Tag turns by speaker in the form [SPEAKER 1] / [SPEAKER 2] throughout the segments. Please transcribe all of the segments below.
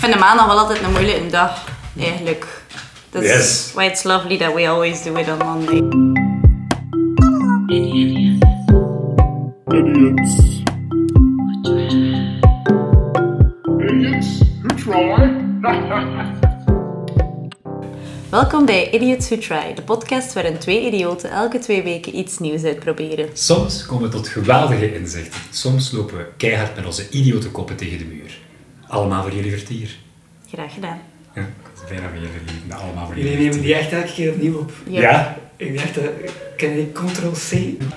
[SPEAKER 1] vind de maandag wel altijd een moeilijke dag, eigenlijk. Dat
[SPEAKER 2] Yes.
[SPEAKER 1] is why it's lovely that we always do it on Monday.
[SPEAKER 3] Idiots. Idiots who try.
[SPEAKER 1] Welkom bij Idiots Who Try, de podcast waarin twee idioten elke twee weken iets nieuws uitproberen.
[SPEAKER 2] Soms komen we tot geweldige inzichten. Soms lopen we keihard met onze idiote koppen tegen de muur. Allemaal voor jullie vertier.
[SPEAKER 1] Graag gedaan.
[SPEAKER 2] Ja, dat is bijna van jullie liefde. Allemaal voor jullie
[SPEAKER 4] Jullie nemen die
[SPEAKER 2] vertier.
[SPEAKER 4] echt elke keer opnieuw op.
[SPEAKER 1] Ja.
[SPEAKER 2] Ja?
[SPEAKER 4] Ik dacht, dat ken je die Ctrl-C?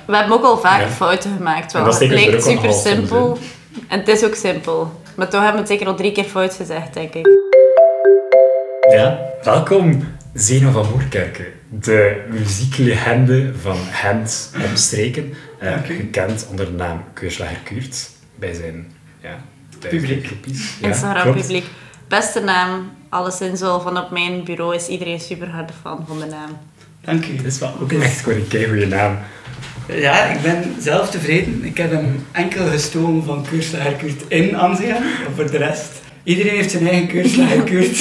[SPEAKER 1] We hebben ook al vaak
[SPEAKER 2] Ja.
[SPEAKER 1] fouten gemaakt,
[SPEAKER 2] En
[SPEAKER 1] want
[SPEAKER 2] dat
[SPEAKER 1] het
[SPEAKER 2] steken
[SPEAKER 1] lijkt
[SPEAKER 2] ze er ook aan
[SPEAKER 1] super
[SPEAKER 2] half
[SPEAKER 1] simpel.
[SPEAKER 2] soms
[SPEAKER 1] En het is ook simpel. Maar toch hebben we het zeker al drie keer fout gezegd, denk ik.
[SPEAKER 2] Ja. Welkom, Zeno van Moerkerken. De muzieklegende van Gent omstreken. Eh, Gekend onder de naam Keurslager Kuurt. Bij zijn... Ja, bij zijn
[SPEAKER 4] Publiek.
[SPEAKER 2] groepjes. Ja,
[SPEAKER 1] Instagram
[SPEAKER 2] klopt.
[SPEAKER 1] publiek. Beste naam, alleszins al van op mijn bureau is iedereen super hard fan van de naam.
[SPEAKER 4] Dank u.
[SPEAKER 2] Het is wel ook echt gewoon een keigoede naam.
[SPEAKER 4] Ja, ik ben zelf tevreden. Ik heb hem enkel gestolen van Keurslager Kurt in Anzeem. En Voor de rest, iedereen heeft zijn eigen Keurslager Kurt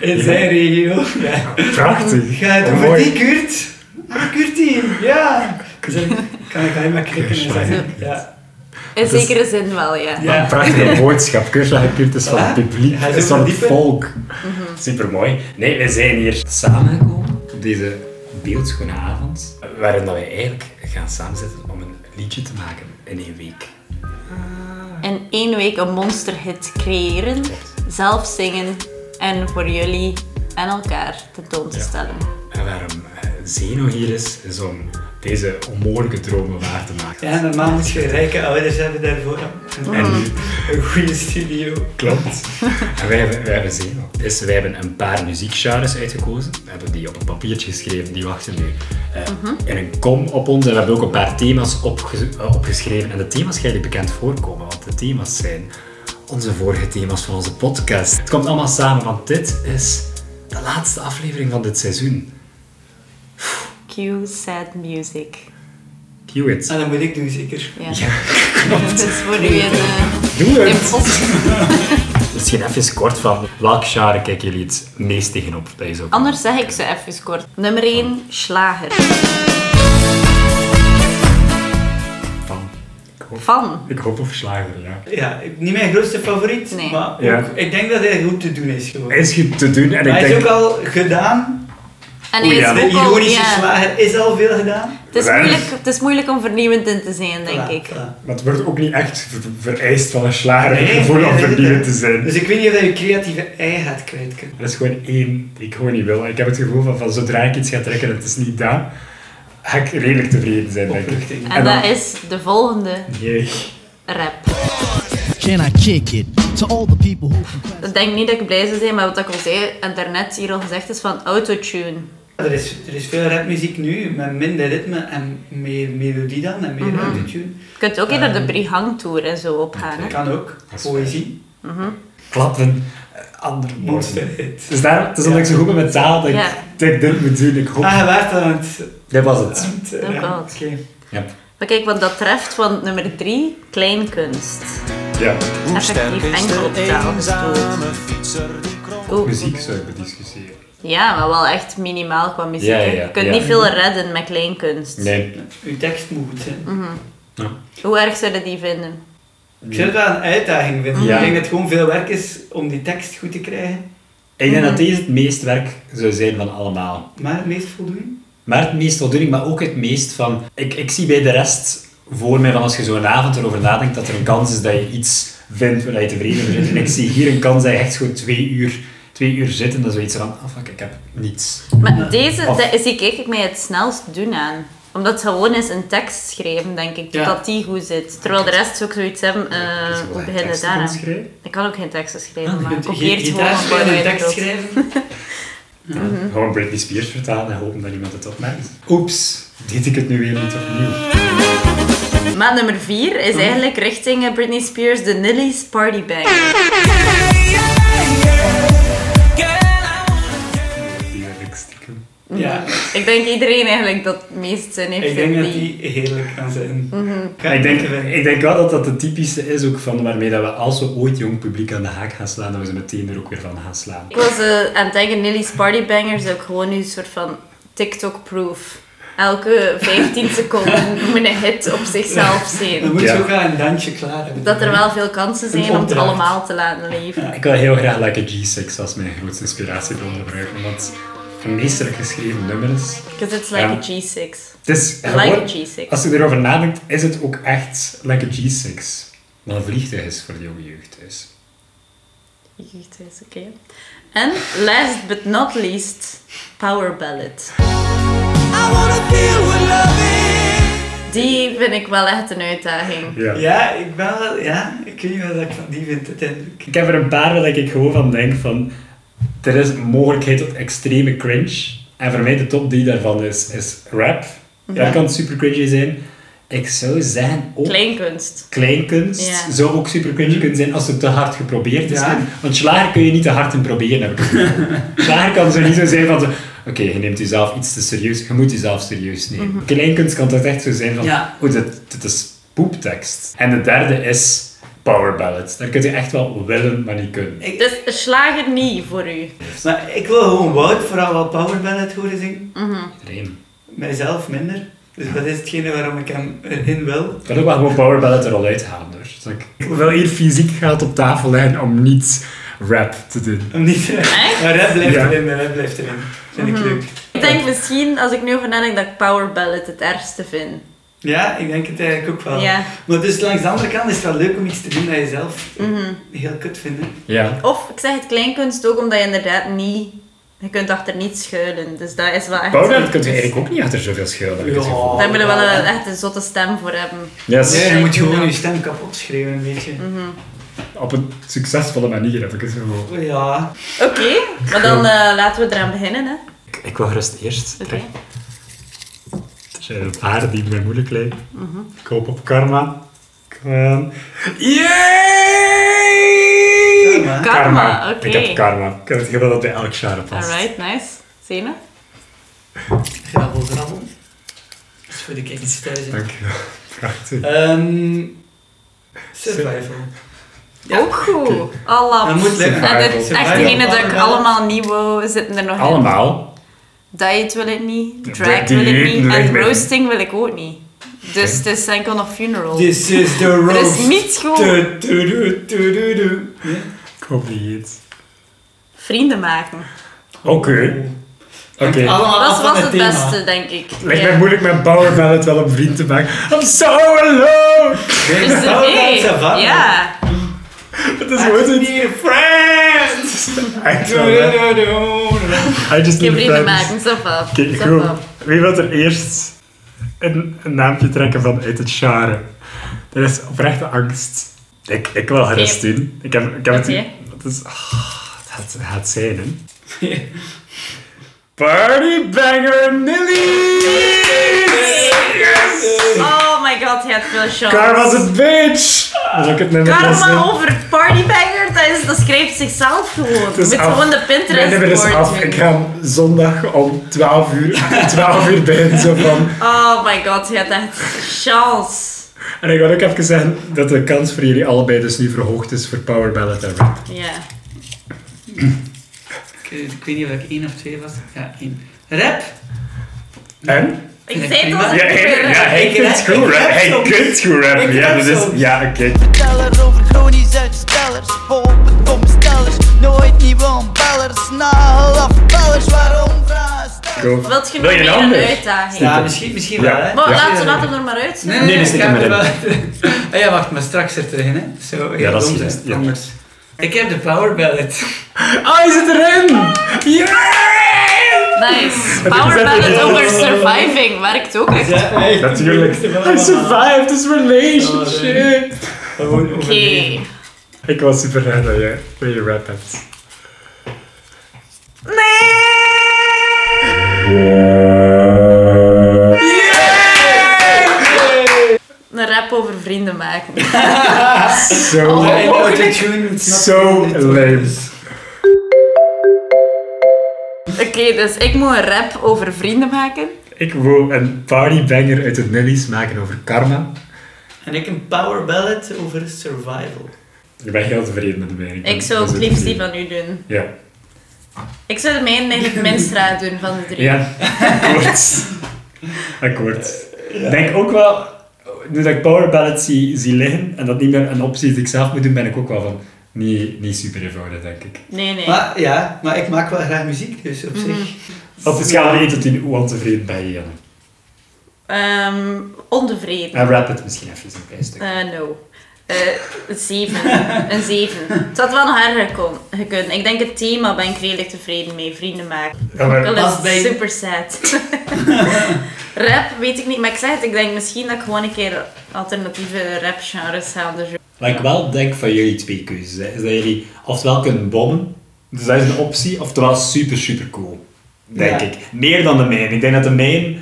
[SPEAKER 4] in zijn regio. Ja.
[SPEAKER 2] Prachtig.
[SPEAKER 4] Ga je het
[SPEAKER 2] Oh,
[SPEAKER 4] over
[SPEAKER 2] mooi.
[SPEAKER 4] die Kurt? Ah, Kurtie, ja! Dus ik kan ik alleen maar klikken en zeggen. Ja.
[SPEAKER 1] In
[SPEAKER 2] Dat is-
[SPEAKER 1] zekere zin wel, ja.
[SPEAKER 4] Ja.
[SPEAKER 2] Een prachtige boodschap. Keurslagerkult is van het
[SPEAKER 4] Voilà.
[SPEAKER 2] publiek,
[SPEAKER 4] Hij is
[SPEAKER 2] is
[SPEAKER 4] ook
[SPEAKER 2] van het
[SPEAKER 4] verdiepen. Mhm.
[SPEAKER 2] volk. Supermooi. Nee, we zijn hier samengekomen op deze beeldschone avond, waarin dat wij eigenlijk gaan samenzetten om een liedje te maken in één week.
[SPEAKER 1] In één week een monsterhit creëren, zelf zingen en voor jullie en elkaar tentoon te
[SPEAKER 2] Ja.
[SPEAKER 1] stellen.
[SPEAKER 2] En waarom eh, Zeno hier is, is om deze onmogelijke dromen waar te maken.
[SPEAKER 4] ja, normaal moet je Mhm. rijke ouders hebben daarvoor.
[SPEAKER 2] En
[SPEAKER 4] En
[SPEAKER 2] nu
[SPEAKER 4] een goede studio.
[SPEAKER 2] Klopt. En wij hebben, wij hebben zin. Dus wij hebben een paar muziekgenres uitgekozen. We hebben die op een papiertje geschreven, die wachten nu eh,
[SPEAKER 1] Mhm.
[SPEAKER 2] in een kom op ons. En we hebben ook een paar thema's opge- eh, opgeschreven. En de thema's gaan jullie bekend voorkomen, want de thema's zijn onze vorige thema's van onze podcast. Het komt allemaal samen, want dit is de laatste aflevering van dit seizoen.
[SPEAKER 1] Cue sad music.
[SPEAKER 2] Cue it.
[SPEAKER 4] Ah, dat moet ik doen, zeker.
[SPEAKER 1] Ja, Dat is voor u een eh,
[SPEAKER 2] Doe het!
[SPEAKER 1] impuls.
[SPEAKER 2] Misschien even kort van welk genre kijken jullie het meest tegenop? Dat is ook
[SPEAKER 1] Anders zeg ik ze even kort. Nummer 1, slager.
[SPEAKER 2] van. Ik hoop-
[SPEAKER 1] Van.
[SPEAKER 2] Ik hoop op verslagen, ja.
[SPEAKER 4] Ja, ik- niet mijn grootste favoriet,
[SPEAKER 1] Nee.
[SPEAKER 4] maar ook-
[SPEAKER 2] Ja.
[SPEAKER 4] ik denk dat hij goed te doen is gewoon.
[SPEAKER 2] Hij is goed te doen en ik
[SPEAKER 4] hij
[SPEAKER 2] denk...
[SPEAKER 4] is ook al gedaan.
[SPEAKER 1] En
[SPEAKER 2] Oei,
[SPEAKER 1] hij
[SPEAKER 2] ja.
[SPEAKER 1] is
[SPEAKER 4] De
[SPEAKER 1] ook al,
[SPEAKER 4] ironische
[SPEAKER 1] ja,
[SPEAKER 4] slager is al veel gedaan.
[SPEAKER 1] het, is moeilijk, het is moeilijk om vernieuwend in te zijn, denk
[SPEAKER 4] Voilà,
[SPEAKER 1] ik.
[SPEAKER 4] voilà.
[SPEAKER 2] Maar het wordt ook niet echt ver- vereist van een slager
[SPEAKER 4] Nee,
[SPEAKER 2] gevoel
[SPEAKER 4] nee,
[SPEAKER 2] om
[SPEAKER 4] dat is het,
[SPEAKER 2] vernieuwend
[SPEAKER 4] hè.
[SPEAKER 2] te zijn.
[SPEAKER 4] Dus ik weet niet of hij je creatieve ei gaat kwijt kunnen.
[SPEAKER 2] Dat is gewoon één die ik gewoon niet wil. Ik heb het gevoel van, van zodra ik iets ga trekken en het is niet dat, ga ik redelijk tevreden zijn, denk ik.
[SPEAKER 4] Opluchting.
[SPEAKER 1] En dat is de volgende
[SPEAKER 2] Jee.
[SPEAKER 1] rap.
[SPEAKER 5] Can I kick it to all the people who complain?
[SPEAKER 1] Ik denk niet dat ik blij zou zijn, maar wat ik al zei en daarnet hier al gezegd is van autotune.
[SPEAKER 4] Er is, er is veel rapmuziek nu, met minder ritme en meer melodie dan, en meer
[SPEAKER 1] Mhm.
[SPEAKER 4] autotune.
[SPEAKER 1] Je kunt ook eerder de Brihang Tour en zo opgaan. hè.
[SPEAKER 4] Dat kan ook.
[SPEAKER 2] Dat is
[SPEAKER 4] Poëzie.
[SPEAKER 2] Klappen. Andere
[SPEAKER 4] Monster
[SPEAKER 2] woorden.
[SPEAKER 4] hit.
[SPEAKER 2] Dus daar, het is omdat ik zo goed ben met taal dat ik,
[SPEAKER 1] Ja.
[SPEAKER 2] dat ik dit moet doen. Ik hoop...
[SPEAKER 4] Ah, je waart aan het...
[SPEAKER 2] Dit was
[SPEAKER 4] aan
[SPEAKER 2] het.
[SPEAKER 4] het-
[SPEAKER 1] Oh
[SPEAKER 4] ja,
[SPEAKER 1] God.
[SPEAKER 4] oké.
[SPEAKER 2] Ja.
[SPEAKER 1] Maar kijk wat dat treft, want nummer 3, kleinkunst.
[SPEAKER 2] ja.
[SPEAKER 1] Effectief enkel op taal gestoeld. Oeh,
[SPEAKER 2] Muziek zou ik bediscussiëren.
[SPEAKER 1] Ja, maar wel echt minimaal qua muziek.
[SPEAKER 2] Ja, ja,
[SPEAKER 1] hè.
[SPEAKER 2] ja,
[SPEAKER 1] Je kunt
[SPEAKER 2] ja.
[SPEAKER 1] niet veel redden met kleinkunst.
[SPEAKER 2] Nee.
[SPEAKER 4] Uw tekst moet goed zijn.
[SPEAKER 1] Hoe erg zou je die vinden?
[SPEAKER 4] Ik zou het wel een uitdaging vinden.
[SPEAKER 2] Ja.
[SPEAKER 4] Ik denk dat het gewoon veel werk is om die tekst goed te krijgen.
[SPEAKER 2] Ik
[SPEAKER 4] Mhm.
[SPEAKER 2] denk dat deze het meest werk zou zijn van allemaal.
[SPEAKER 4] Maar het meest voldoen.
[SPEAKER 2] Maar het meest voldoening, maar ook het meest van... Ik, ik zie bij de rest voor mij van als je zo'n avond erover nadenkt, dat er een kans is dat je iets vindt waar je tevreden over bent. En ik zie hier een kans dat je echt gewoon twee uur, twee uur zit en dan zoiets van, ah fuck, ik heb niets.
[SPEAKER 1] Maar deze,
[SPEAKER 2] Of-
[SPEAKER 1] dat is die kijk ik mij het snelst doen aan. Omdat het gewoon is een tekst schrijven, denk ik.
[SPEAKER 4] Ja.
[SPEAKER 1] Dat die goed zit. Terwijl de rest ook zoiets hebben, eh,
[SPEAKER 2] Dus
[SPEAKER 1] hoe
[SPEAKER 2] wat je
[SPEAKER 1] begin je
[SPEAKER 2] teksten
[SPEAKER 1] daar
[SPEAKER 2] kan
[SPEAKER 1] aan?
[SPEAKER 2] schrijven.
[SPEAKER 1] Ik kan ook geen teksten schrijven,
[SPEAKER 2] Ah,
[SPEAKER 1] maar ik
[SPEAKER 4] Je
[SPEAKER 1] kopieer het gewoon
[SPEAKER 4] gitaar
[SPEAKER 1] van
[SPEAKER 4] spelen,
[SPEAKER 1] Broadway
[SPEAKER 4] een
[SPEAKER 1] Girls.
[SPEAKER 4] tekst schrijven.
[SPEAKER 1] Mhm.
[SPEAKER 2] Gewoon Britney Spears vertalen en hopen dat niemand het opmerkt. Oeps, deed ik het nu weer niet opnieuw.
[SPEAKER 1] Maar nummer 4 is eigenlijk richting eh, Britney Spears, de Nilly's Party Bag.
[SPEAKER 2] Die wil ik stiekem.
[SPEAKER 4] Ja,
[SPEAKER 1] Ik denk iedereen eigenlijk dat het meest zin heeft
[SPEAKER 4] Ik denk
[SPEAKER 1] in
[SPEAKER 4] dat die heerlijk gaan zijn.
[SPEAKER 1] Mhm.
[SPEAKER 4] Ga
[SPEAKER 2] Ik denk,
[SPEAKER 4] even-
[SPEAKER 2] ik denk wel dat dat de typische is ook van waarmee dat we als we ooit jong publiek aan de haak gaan slaan, dat we ze meteen er ook weer van gaan slaan.
[SPEAKER 1] Ik was eh, aan het denken, Nilly's Partybangers is ook gewoon nu een soort van TikTok-proof. Elke 15 seconden moet een hit op zichzelf
[SPEAKER 4] Dan
[SPEAKER 1] zijn.
[SPEAKER 4] moet je
[SPEAKER 2] Ja.
[SPEAKER 4] ook wel een dansje klaar hebben.
[SPEAKER 1] Dat er wel veel kansen zijn om het
[SPEAKER 4] opdracht.
[SPEAKER 1] allemaal te laten leven.
[SPEAKER 2] Ik wil heel graag Like a G6 als mijn grootste inspiratiebron gebruiken, want een meesterlijk geschreven nummer is.
[SPEAKER 1] Because it's
[SPEAKER 2] Ja.
[SPEAKER 1] like a G6.
[SPEAKER 2] Het is
[SPEAKER 1] Like
[SPEAKER 2] gewoon-
[SPEAKER 1] a G6.
[SPEAKER 2] Als je erover nadenkt, is het ook echt Like a G6 wat een vliegtuig is voor de jonge jeugd thuis.
[SPEAKER 1] Jeet, dat is oké. En last but not least, Power Ballad. Die vind ik wel echt een uitdaging.
[SPEAKER 2] Ja.
[SPEAKER 4] Ja, ik ben wel... Ja, ik weet niet wat ik van die vind, uiteindelijk.
[SPEAKER 2] Ik heb er een paar waar ik gewoon van denk van... Er is een mogelijkheid tot extreme cringe. En voor mij de top 3 daarvan is, is rap. Dat kan super cringy zijn. Ik zou zeggen ook
[SPEAKER 1] Kleinkunst.
[SPEAKER 2] kleinkunst.
[SPEAKER 1] Ja.
[SPEAKER 2] Zou ook super cringy kunnen zijn als het te hard geprobeerd is.
[SPEAKER 4] Ja.
[SPEAKER 2] Want slager kun je niet te hard in proberen. Heb ik het gevoel. slager kan zo niet zo zijn van... zo, Oké, je neemt jezelf iets te serieus. Je moet jezelf serieus nemen. Kleinkunst kan dat echt zo zijn van...
[SPEAKER 4] Ja.
[SPEAKER 2] Oh, dit, dit is poeptekst. En de derde is power ballads. Daar kun je echt wel willen, maar niet kunnen.
[SPEAKER 4] Ik,
[SPEAKER 1] Dus een slager niet voor u.
[SPEAKER 4] maar ik wil gewoon Wout vooral wel Power Ballad horen zingen.
[SPEAKER 2] Iedereen.
[SPEAKER 4] Mijzelf minder. Dus dat is hetgene waarom ik hem erin wil.
[SPEAKER 2] Ik kan ook wel gewoon power ballad er al uithalen hoor. Dus ik ik wil hier fysiek geld op tafel leggen om niet rap te doen.
[SPEAKER 4] Om niet...
[SPEAKER 1] Echt? Mhm.
[SPEAKER 4] Maar rap blijft
[SPEAKER 2] Ja.
[SPEAKER 4] erin, de rap blijft erin. Vind ik leuk.
[SPEAKER 1] Ik denk misschien, als ik nu over nadenk, dat ik Power Ballad het ergste vind.
[SPEAKER 4] Ja, ik denk het eigenlijk ook
[SPEAKER 2] Ah.
[SPEAKER 4] wel.
[SPEAKER 1] Ja.
[SPEAKER 4] Maar dus langs de andere kant is het wel leuk om iets te doen dat je zelf eh,
[SPEAKER 1] Mhm.
[SPEAKER 4] heel kut vindt. hè.
[SPEAKER 2] Ja.
[SPEAKER 1] Of, ik zeg het kleinkunst ook, omdat je inderdaad niet... Je kunt achter niets schuilen. Dus dat is wel echt...
[SPEAKER 2] Power ballad kunt je eigenlijk ook niet achter zoveel schuil. heb ik het
[SPEAKER 4] Ja.
[SPEAKER 2] gevoel.
[SPEAKER 1] Daar moet je wel een, echt een zotte stem voor hebben.
[SPEAKER 2] Yes.
[SPEAKER 4] Nee, je moet gewoon je stem kapot schreeuwen een beetje.
[SPEAKER 1] Mhm.
[SPEAKER 2] Op een succesvolle manier heb ik het gevoel.
[SPEAKER 4] Oh Ja,
[SPEAKER 1] Oké, maar dan eh, laten we eraan beginnen, hè.
[SPEAKER 2] Ik wil gerust eerst.
[SPEAKER 1] Oké.
[SPEAKER 2] Er zijn een paar die mij moeilijk lijken.
[SPEAKER 1] Mhm.
[SPEAKER 2] Ik hoop op karma. Ehm, Kom. Yay!
[SPEAKER 4] Karma.
[SPEAKER 1] Karma, oké.
[SPEAKER 2] Ik heb karma. Ik heb het gevoel dat bij elk genre past.
[SPEAKER 1] Alright, nice. Zena?
[SPEAKER 4] grabbel, grabbel. Dat is voor de kijkers thuis. hè.
[SPEAKER 2] Dankjewel. Prachtig.
[SPEAKER 4] Ehm, survival.
[SPEAKER 1] Ook goed. Allah.
[SPEAKER 4] Dat moet lukken.
[SPEAKER 1] En dit is echt
[SPEAKER 4] Survival.
[SPEAKER 1] degene dat ik
[SPEAKER 4] Allemaal.
[SPEAKER 1] allemaal niet wou. We zitten er nog in.
[SPEAKER 2] Allemaal.
[SPEAKER 1] Diet wil ik niet. Drag
[SPEAKER 2] Drag
[SPEAKER 1] wil ik
[SPEAKER 2] die-
[SPEAKER 1] niet.
[SPEAKER 2] die-
[SPEAKER 1] En
[SPEAKER 2] die-
[SPEAKER 1] roasting wil ik ook niet. Dus het is enkel nog funeral.
[SPEAKER 4] This is the road.
[SPEAKER 1] Er is niets goed.
[SPEAKER 4] Du, du, du, du, du, du. Ja.
[SPEAKER 2] Ik hoop niet.
[SPEAKER 1] Vrienden maken.
[SPEAKER 2] Oké. Oké.
[SPEAKER 4] Allemaal
[SPEAKER 1] Dat
[SPEAKER 4] af van
[SPEAKER 1] was het
[SPEAKER 4] thema.
[SPEAKER 1] beste, denk ik.
[SPEAKER 2] Lijkt
[SPEAKER 1] Ja.
[SPEAKER 2] mij moeilijk met Power Ballad wel een vriend te maken. I'm so alone!
[SPEAKER 4] Nee,
[SPEAKER 1] Is het
[SPEAKER 4] Oh, dat is
[SPEAKER 1] nee?
[SPEAKER 4] savant.
[SPEAKER 1] Dus, Ja.
[SPEAKER 2] Het is gewoon zoiets.
[SPEAKER 4] Dear friends!
[SPEAKER 2] Echt
[SPEAKER 4] Du,
[SPEAKER 2] wel, hè.
[SPEAKER 4] du, du, du.
[SPEAKER 2] I just
[SPEAKER 1] Ik heb
[SPEAKER 2] need
[SPEAKER 1] vrienden
[SPEAKER 2] friends.
[SPEAKER 1] maken. Stop af.
[SPEAKER 2] Oké, goed. Wie wil er eerst een, een naampje trekken van uit het genre? Er is oprechte angst. Ik, ik wil haar eens doen. Ik heb, ik heb
[SPEAKER 1] Oké.
[SPEAKER 2] het... Het is... ah, het gaat- gaat zijn, hè. Partybanger Nilly! Yes!
[SPEAKER 1] Oh my god, je hebt veel chance.
[SPEAKER 2] Karma's a bitch! Dat is ook het nummer dus- dat ze-
[SPEAKER 1] Karma over partybanger, dat, is, dat schrijft zichzelf gewoon. Je
[SPEAKER 2] Het
[SPEAKER 1] moet
[SPEAKER 2] is af.
[SPEAKER 1] gewoon de
[SPEAKER 2] Mijn nummer is
[SPEAKER 1] Pinterest
[SPEAKER 2] af.
[SPEAKER 1] board
[SPEAKER 2] Ik
[SPEAKER 1] doen.
[SPEAKER 2] ga zondag om 12 uur, 12 uur beginnen. Zo van.
[SPEAKER 1] Oh my god, je hebt echt chance.
[SPEAKER 2] En ik wil ook even zeggen dat de kans voor jullie allebei dus nu verhoogd is voor Power Ballad en Rap.
[SPEAKER 1] Ja.
[SPEAKER 4] Ik ik weet niet of ik één of twee was. Ja, één. Rap?
[SPEAKER 2] En?
[SPEAKER 1] Ik zei het al.
[SPEAKER 2] Ja, hij, ja, hij
[SPEAKER 4] Ik
[SPEAKER 2] kunt
[SPEAKER 4] rap-
[SPEAKER 2] goed
[SPEAKER 4] ik
[SPEAKER 2] rap.
[SPEAKER 4] rap
[SPEAKER 2] Hij
[SPEAKER 4] soms.
[SPEAKER 2] kunt goed rappen.
[SPEAKER 4] Ik
[SPEAKER 2] Ja,
[SPEAKER 4] rap
[SPEAKER 2] dat is...
[SPEAKER 4] soms.
[SPEAKER 2] Ja, oké.
[SPEAKER 6] Teller over Tony's uit stellers. Vol verdomme stellers. Nooit nieuwe ontbellers. Nagel afbellers. Waarom vragen stellers?
[SPEAKER 2] Go.
[SPEAKER 1] Wilt je nog
[SPEAKER 2] Wil je
[SPEAKER 1] meer
[SPEAKER 2] een
[SPEAKER 1] een
[SPEAKER 2] ander?
[SPEAKER 1] uitdaging?
[SPEAKER 4] Ja, misschien, misschien
[SPEAKER 2] Ja.
[SPEAKER 4] wel, hè.
[SPEAKER 1] Maar
[SPEAKER 2] Ja.
[SPEAKER 1] laten we laten we er maar uit. Nee.
[SPEAKER 4] Nee, nee,
[SPEAKER 2] Nee,
[SPEAKER 4] nee,
[SPEAKER 2] die zit
[SPEAKER 4] ik
[SPEAKER 2] er
[SPEAKER 4] heb er
[SPEAKER 2] maar
[SPEAKER 4] wel... Ah ja, wacht, maar straks zit erin, hè. Zo, ja,
[SPEAKER 2] dat is
[SPEAKER 4] dom zijn,
[SPEAKER 2] juist, ja.
[SPEAKER 4] anders. Ik heb de power ballad.
[SPEAKER 2] Ah, hij zit erin! Yeah!
[SPEAKER 1] Nice.
[SPEAKER 2] is
[SPEAKER 1] Power
[SPEAKER 2] echt
[SPEAKER 1] ballad
[SPEAKER 2] een-
[SPEAKER 1] over surviving werkt ook echt. Oké.
[SPEAKER 2] Natuurlijk. I survived this
[SPEAKER 1] Oh,
[SPEAKER 2] relationship.
[SPEAKER 4] Gewoon overleven.
[SPEAKER 2] Ik was super blij dat jij dat je rap hebt.
[SPEAKER 1] Een rap over vrienden maken.
[SPEAKER 2] Zo,
[SPEAKER 1] Oh,
[SPEAKER 4] Ja, in de autotune, het snapt
[SPEAKER 2] zo
[SPEAKER 4] niet.
[SPEAKER 2] lame.
[SPEAKER 1] Oké, dus ik moet een rap over vrienden maken.
[SPEAKER 2] Ik wou een partybanger uit de Nellies maken over karma.
[SPEAKER 4] En ik een power ballad over survival.
[SPEAKER 2] Ik ben heel tevreden met de mijne.
[SPEAKER 1] Ik zou
[SPEAKER 2] Dat
[SPEAKER 1] het
[SPEAKER 2] is
[SPEAKER 1] liefst
[SPEAKER 2] idee.
[SPEAKER 1] die van u doen.
[SPEAKER 2] Ja.
[SPEAKER 1] Ik zou de mijne eigenlijk minst raad doen van de drie.
[SPEAKER 2] Ja, akkoord. akkoord. Denk ook wel, nu dat ik power ballads zie, zie liggen en dat niet meer een optie is die ik zelf moet doen, ben ik ook wel van niet, niet super eenvoudig, denk ik.
[SPEAKER 1] Nee, Mhm. nee.
[SPEAKER 4] Maar ja, maar ik maak wel graag muziek, dus op zich.
[SPEAKER 2] Op een schaal van 1 tot 10, hoe ontevreden ben je, Janne?
[SPEAKER 1] Ehm, ontevreden.
[SPEAKER 2] En rap het misschien even zo'n klein stuk.
[SPEAKER 1] Eh, no. Eh, een zeven. Een zeven. Het had wel nog erger kon- gekund. Ik denk het thema ben ik redelijk tevreden mee. Vrienden maken.
[SPEAKER 2] Ja, maar-
[SPEAKER 1] Dat
[SPEAKER 4] Past bij-
[SPEAKER 1] is super sad. rap weet ik niet. Maar ik zeg het, ik denk misschien dat ik gewoon een keer alternatieve rapgenres ga onderzoeken.
[SPEAKER 2] Wat ik wel denk van jullie twee keuzes, hè, is dat jullie oftewel kunnen bommen, dus dat is een optie, oftewel super super cool, denk
[SPEAKER 4] Ja.
[SPEAKER 2] ik. Meer dan de mijn. Ik denk dat de mijn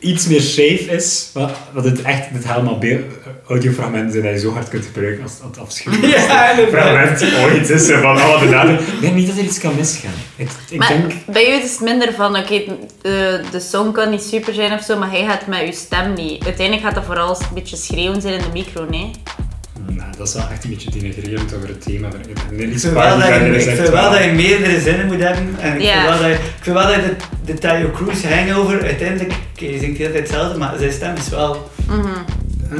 [SPEAKER 2] iets meer scheef is, wat, wat het echt met helemaal be- audiofragmenten zijn dat je zo hard kunt gebruiken als het afschuwelijkste
[SPEAKER 4] Ja, inderdaad.
[SPEAKER 2] fragment ooit is. hè, Van, oh, de datum. Ik denk niet dat er iets kan misgaan. Ik, ik
[SPEAKER 1] Maar
[SPEAKER 2] denk...
[SPEAKER 1] bij jou is het minder van, oké, het- de, de song kan niet super zijn of zo, maar hij gaat met je stem niet. Uiteindelijk gaat dat vooral een beetje schreeuwen zijn in de micro, nee?
[SPEAKER 2] Nou, dat is wel echt een beetje denigrerend over het thema. maar Nelly's
[SPEAKER 4] Ik vind wel
[SPEAKER 2] Party
[SPEAKER 4] dat je-
[SPEAKER 2] Garden is
[SPEAKER 4] ik
[SPEAKER 2] echt
[SPEAKER 4] vind wel
[SPEAKER 2] wel-
[SPEAKER 4] dat je meerdere zinnen moet hebben. En ik
[SPEAKER 1] Ja.
[SPEAKER 4] vind wel dat je- ik vind wel dat je de, de Tayo Cruz hangover uiteindelijk, oké, je zingt heel tijd hetzelfde, maar zijn stem is wel
[SPEAKER 2] Ah,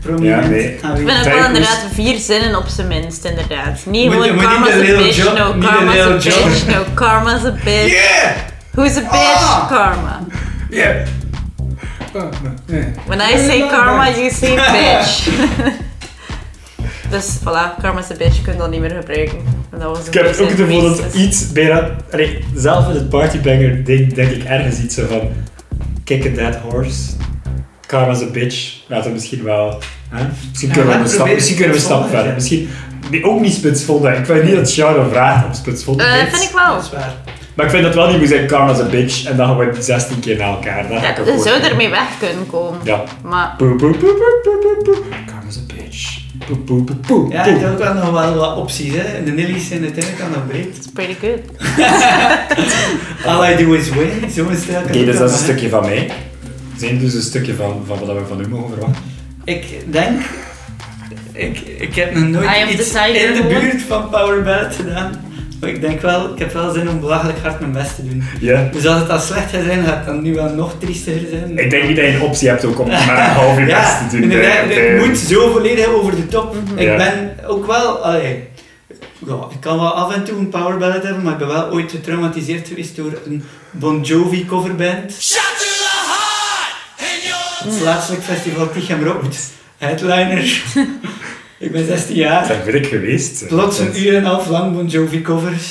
[SPEAKER 4] prominent. Ah,
[SPEAKER 2] Ja, nee.
[SPEAKER 1] Ik vind het wel
[SPEAKER 2] Tijgers.
[SPEAKER 1] inderdaad vier zinnen op zijn minst, inderdaad. Niet
[SPEAKER 4] Moet-
[SPEAKER 1] gewoon
[SPEAKER 4] moet niet
[SPEAKER 1] karma's
[SPEAKER 4] de
[SPEAKER 1] a
[SPEAKER 4] Lil
[SPEAKER 1] bitch,
[SPEAKER 4] Jo-
[SPEAKER 1] no
[SPEAKER 4] niet de
[SPEAKER 1] karma's a
[SPEAKER 4] Lil Jo.
[SPEAKER 1] bitch, no karma's a bitch.
[SPEAKER 4] Yeah!
[SPEAKER 1] Who's a bitch?
[SPEAKER 4] Ah.
[SPEAKER 1] Karma.
[SPEAKER 4] Yeah!
[SPEAKER 2] Ah,
[SPEAKER 1] When I say karma, you say bitch. Dus voilà, karma's a bitch, je kunt dat niet meer gebruiken. En Dat was
[SPEAKER 2] Ik heb ook het gevoel dat iets bij dat... Allee, zelf in het partybanger denk, denk ik ergens iets zo van... Kick a dead horse. Karma's a bitch. Laten we misschien wel... Hè? Misschien
[SPEAKER 4] Ja,
[SPEAKER 2] kunnen we
[SPEAKER 4] maar
[SPEAKER 2] een stap,
[SPEAKER 4] probeer
[SPEAKER 2] misschien kunnen we een stap
[SPEAKER 4] spitsvondig,
[SPEAKER 2] verder.
[SPEAKER 4] hè.
[SPEAKER 2] Misschien... Nee, ook niet spitsvondig. Ik vind niet dat Sharon vraagt om spitsvondig
[SPEAKER 1] Eh, Dat
[SPEAKER 2] is.
[SPEAKER 1] vind ik wel.
[SPEAKER 4] Dat is waar.
[SPEAKER 2] Maar ik vind dat wel niet moet zijn Karma's a bitch. En dan gewoon 16 keer naar elkaar. Daar ga ik
[SPEAKER 1] Ja,
[SPEAKER 2] akkoord
[SPEAKER 1] je zou
[SPEAKER 2] mee.
[SPEAKER 1] ermee weg kunnen komen.
[SPEAKER 2] Ja.
[SPEAKER 1] Maar
[SPEAKER 2] Boe, boe, boe, boe, boe, boe, boe. Karma's a bitch. Boe, boe, boe, boe,
[SPEAKER 4] Ja,
[SPEAKER 2] boe.
[SPEAKER 4] ik heb ook wel nog wel wat opties. Hè. De Nillies zijn uiteindelijk al nog breed.
[SPEAKER 1] it's pretty good.
[SPEAKER 4] All I do is win, zo'n stijl. kan
[SPEAKER 2] Oké,
[SPEAKER 4] ook
[SPEAKER 2] dus
[SPEAKER 4] wel,
[SPEAKER 2] dat is een
[SPEAKER 4] hè.
[SPEAKER 2] stukje van mij. Zijn dus een stukje van, van wat we van u mogen verwachten.
[SPEAKER 4] Ik denk... Ik, ik heb nog nooit
[SPEAKER 1] I have
[SPEAKER 4] iets
[SPEAKER 1] decided
[SPEAKER 4] in de
[SPEAKER 1] gewoon.
[SPEAKER 4] buurt van Power Ballad gedaan. Maar ik denk wel, ik heb wel zin om belachelijk hard mijn best te doen.
[SPEAKER 2] Ja.
[SPEAKER 4] Dus als het al slecht gaat zijn, gaat het dan nu wel nog triester zijn.
[SPEAKER 2] Ik denk niet dat je een optie hebt ook om maar een half uur best
[SPEAKER 4] ja,
[SPEAKER 2] te doen.
[SPEAKER 4] inderdaad,
[SPEAKER 2] Eh,
[SPEAKER 4] het
[SPEAKER 2] eh,
[SPEAKER 4] moet zo volledig over de top. Ik
[SPEAKER 2] Ja.
[SPEAKER 4] ben ook wel... Allee, ja, ik kan wel af en toe een power ballad hebben, maar ik ben wel ooit getraumatiseerd geweest door een Bon Jovi coverband. Het plaatselijk festival Tichem Rood. Headliner. ik ben 16 jaar.
[SPEAKER 2] Daar ben ik geweest.
[SPEAKER 4] Plots een uur en een half lang Bon Jovi covers.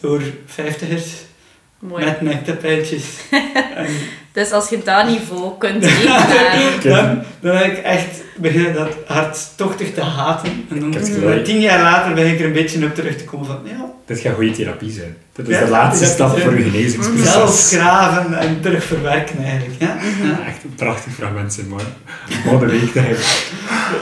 [SPEAKER 4] Door vijftigers.
[SPEAKER 1] Mooi.
[SPEAKER 4] Met nektapijntjes. en
[SPEAKER 1] Dus als je dat niveau kunt eh, evenaren...
[SPEAKER 4] dan, dan heb ik echt beginnen dat hartstochtig te haten. En dan
[SPEAKER 2] Ik heb het gelijk.
[SPEAKER 4] tien jaar later ben ik er een beetje op terug te komen van ja,
[SPEAKER 2] Dit gaat goede therapie zijn. Dit is
[SPEAKER 4] Ja,
[SPEAKER 2] de laatste
[SPEAKER 4] dat is
[SPEAKER 2] stap
[SPEAKER 4] het,
[SPEAKER 2] voor
[SPEAKER 4] hè.
[SPEAKER 2] uw genezingsproces.
[SPEAKER 4] zelf graven en terugverwerken eigenlijk. Ja?
[SPEAKER 2] Ja, echt een prachtig fragment zijn, man. Wat een week dat hebben.